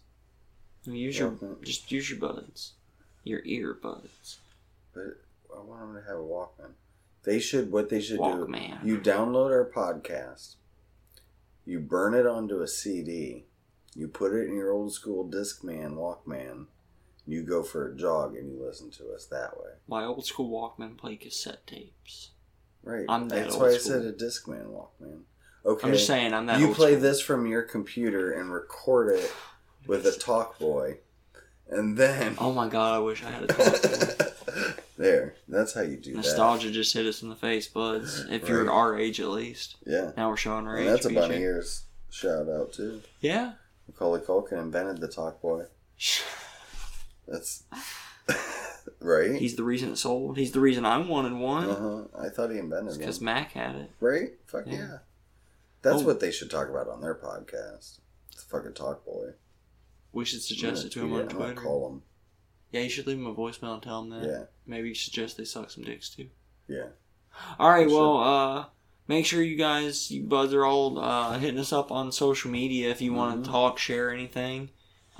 Use your,
Walkman.
just use your buds. Your earbuds.
But I want them to have a Walkman. They should. What they should
Walkman.
do. You download our podcast. You burn it onto a CD. You put it in your old school Discman Walkman. You go for a jog and you listen to us that way.
My old school Walkman play cassette tapes.
Right.
I'm that
That's
old
why
school.
I said a Discman Walkman. Okay.
I'm just saying, I'm that
you
old
play
school.
this from your computer and record it with a talk boy and then
Oh my god, I wish I had a talk.
there that's how you do
Nostalgia just hit us in the face, buds. If you're
Right.
our age, at least.
that yeah
Now we're showing our
and
age.
that's a
BJ.
bunny ears shout out too
Yeah.
macaulay culkin invented the talk boy that's right
He's the reason it sold. He's the reason I wanted one.
uh-huh. i thought he invented
Because
it
Mac had it.
right fuck
Yeah.
yeah, that's
Oh.
what they should talk about on their podcast it's fucking talk boy
We should suggest it to
I'm
him
gonna
on
tweet it. I'm gonna
Twitter.
call him
Yeah, you should leave him a voicemail and tell him that.
yeah
Maybe you suggest they suck some dicks too.
yeah
All right,
We should.
well, uh, make sure you guys, you buds, are all uh, hitting us up on social media if you want
Mhm.
to talk, share anything.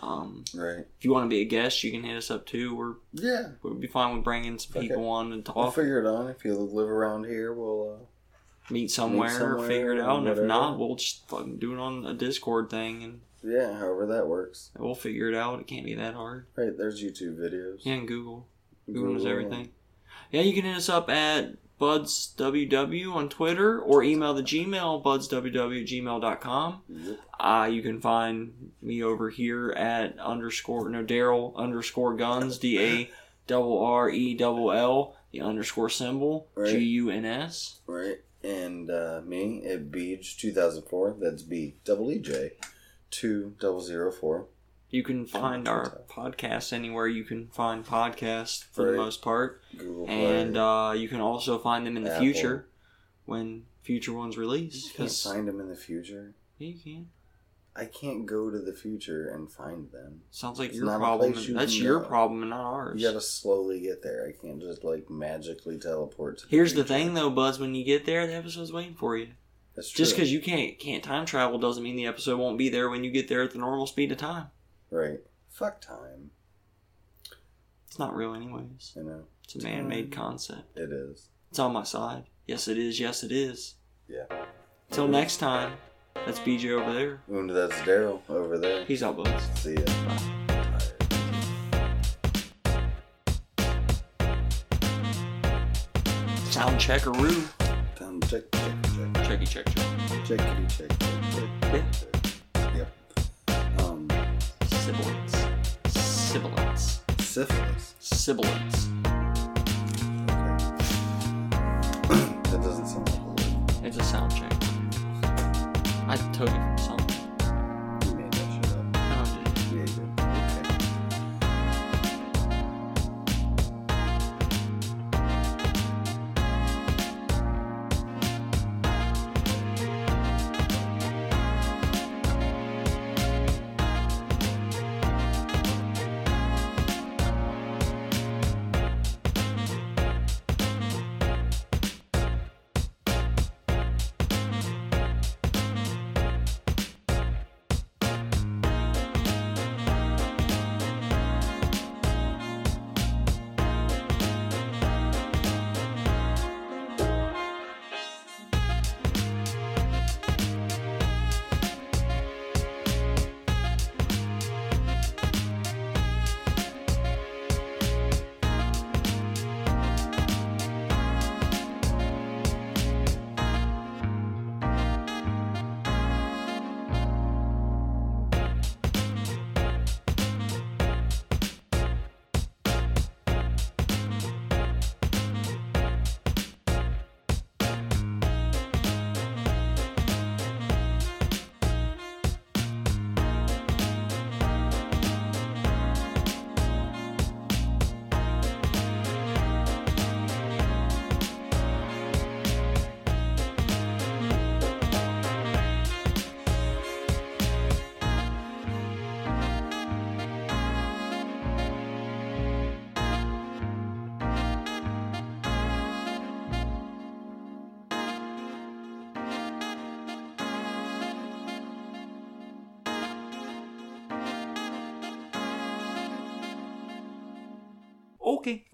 Um,
right
if you want to be a guest, you can hit us up too. We're
yeah
we'll be fine with bringing some
Okay.
people on and
We'll
talk.
figure it out. If you live around here, we'll. Uh,
meet somewhere,
somewhere
figure it
or
out, and if
whatever.
not, we'll just fucking do it on a Discord thing, and
yeah, however that works.
we'll figure it out. It can't be that hard.
Right, there's YouTube videos.
Yeah, and Google, Google knows
Google.
everything. Yeah, you can hit us up at budsww on Twitter or email the Gmail budsww@gmail.com.
Yep.
Uh, you can find me over here at underscore no Daryl underscore guns d a double r e double l the underscore symbol
Right.
g u n s.
Right, and uh, me at Beej 2004. That's B double E J two double zero four.
You can find our podcast anywhere you can find podcasts for the
Right.
most part,
Google Play.
and uh, you can also find them in the
Apple.
future when future ones
you
release.
can't
Because
find them in the future.
you can.
I can't go to the future and find them.
Sounds like
It's
your
not a
problem.
place you
That's
can
your
go.
problem and not ours.
You gotta slowly get there. I can't just like magically teleport. To the
Here's the
future.
thing, though, Buzz. When you get there, the episode's waiting for you.
That's true.
Just because you can't can't time travel doesn't mean the episode won't be there when you get there at the normal speed of time.
Right. Fuck time.
It's not real, anyways.
You know
It's a man made concept.
it is.
It's on my side. Yes, it is. Yes, it is.
Yeah.
Till next time, that's BJ over there.
And that's Daryl over there.
Peace out, buds.
See ya. Bye.
Sound checkaroo.
Time check, check, check,
Checky, check, check.
check, check, check, check, check. Yep. Um,
Sibilance. Sibilance.
syphilis.
Sibilance.
Okay. that doesn't sound like a word.
It's a sound check. I took it from something.
You made that shit up.
No, I didn't.
Yeah, you did. Okay.
Okay.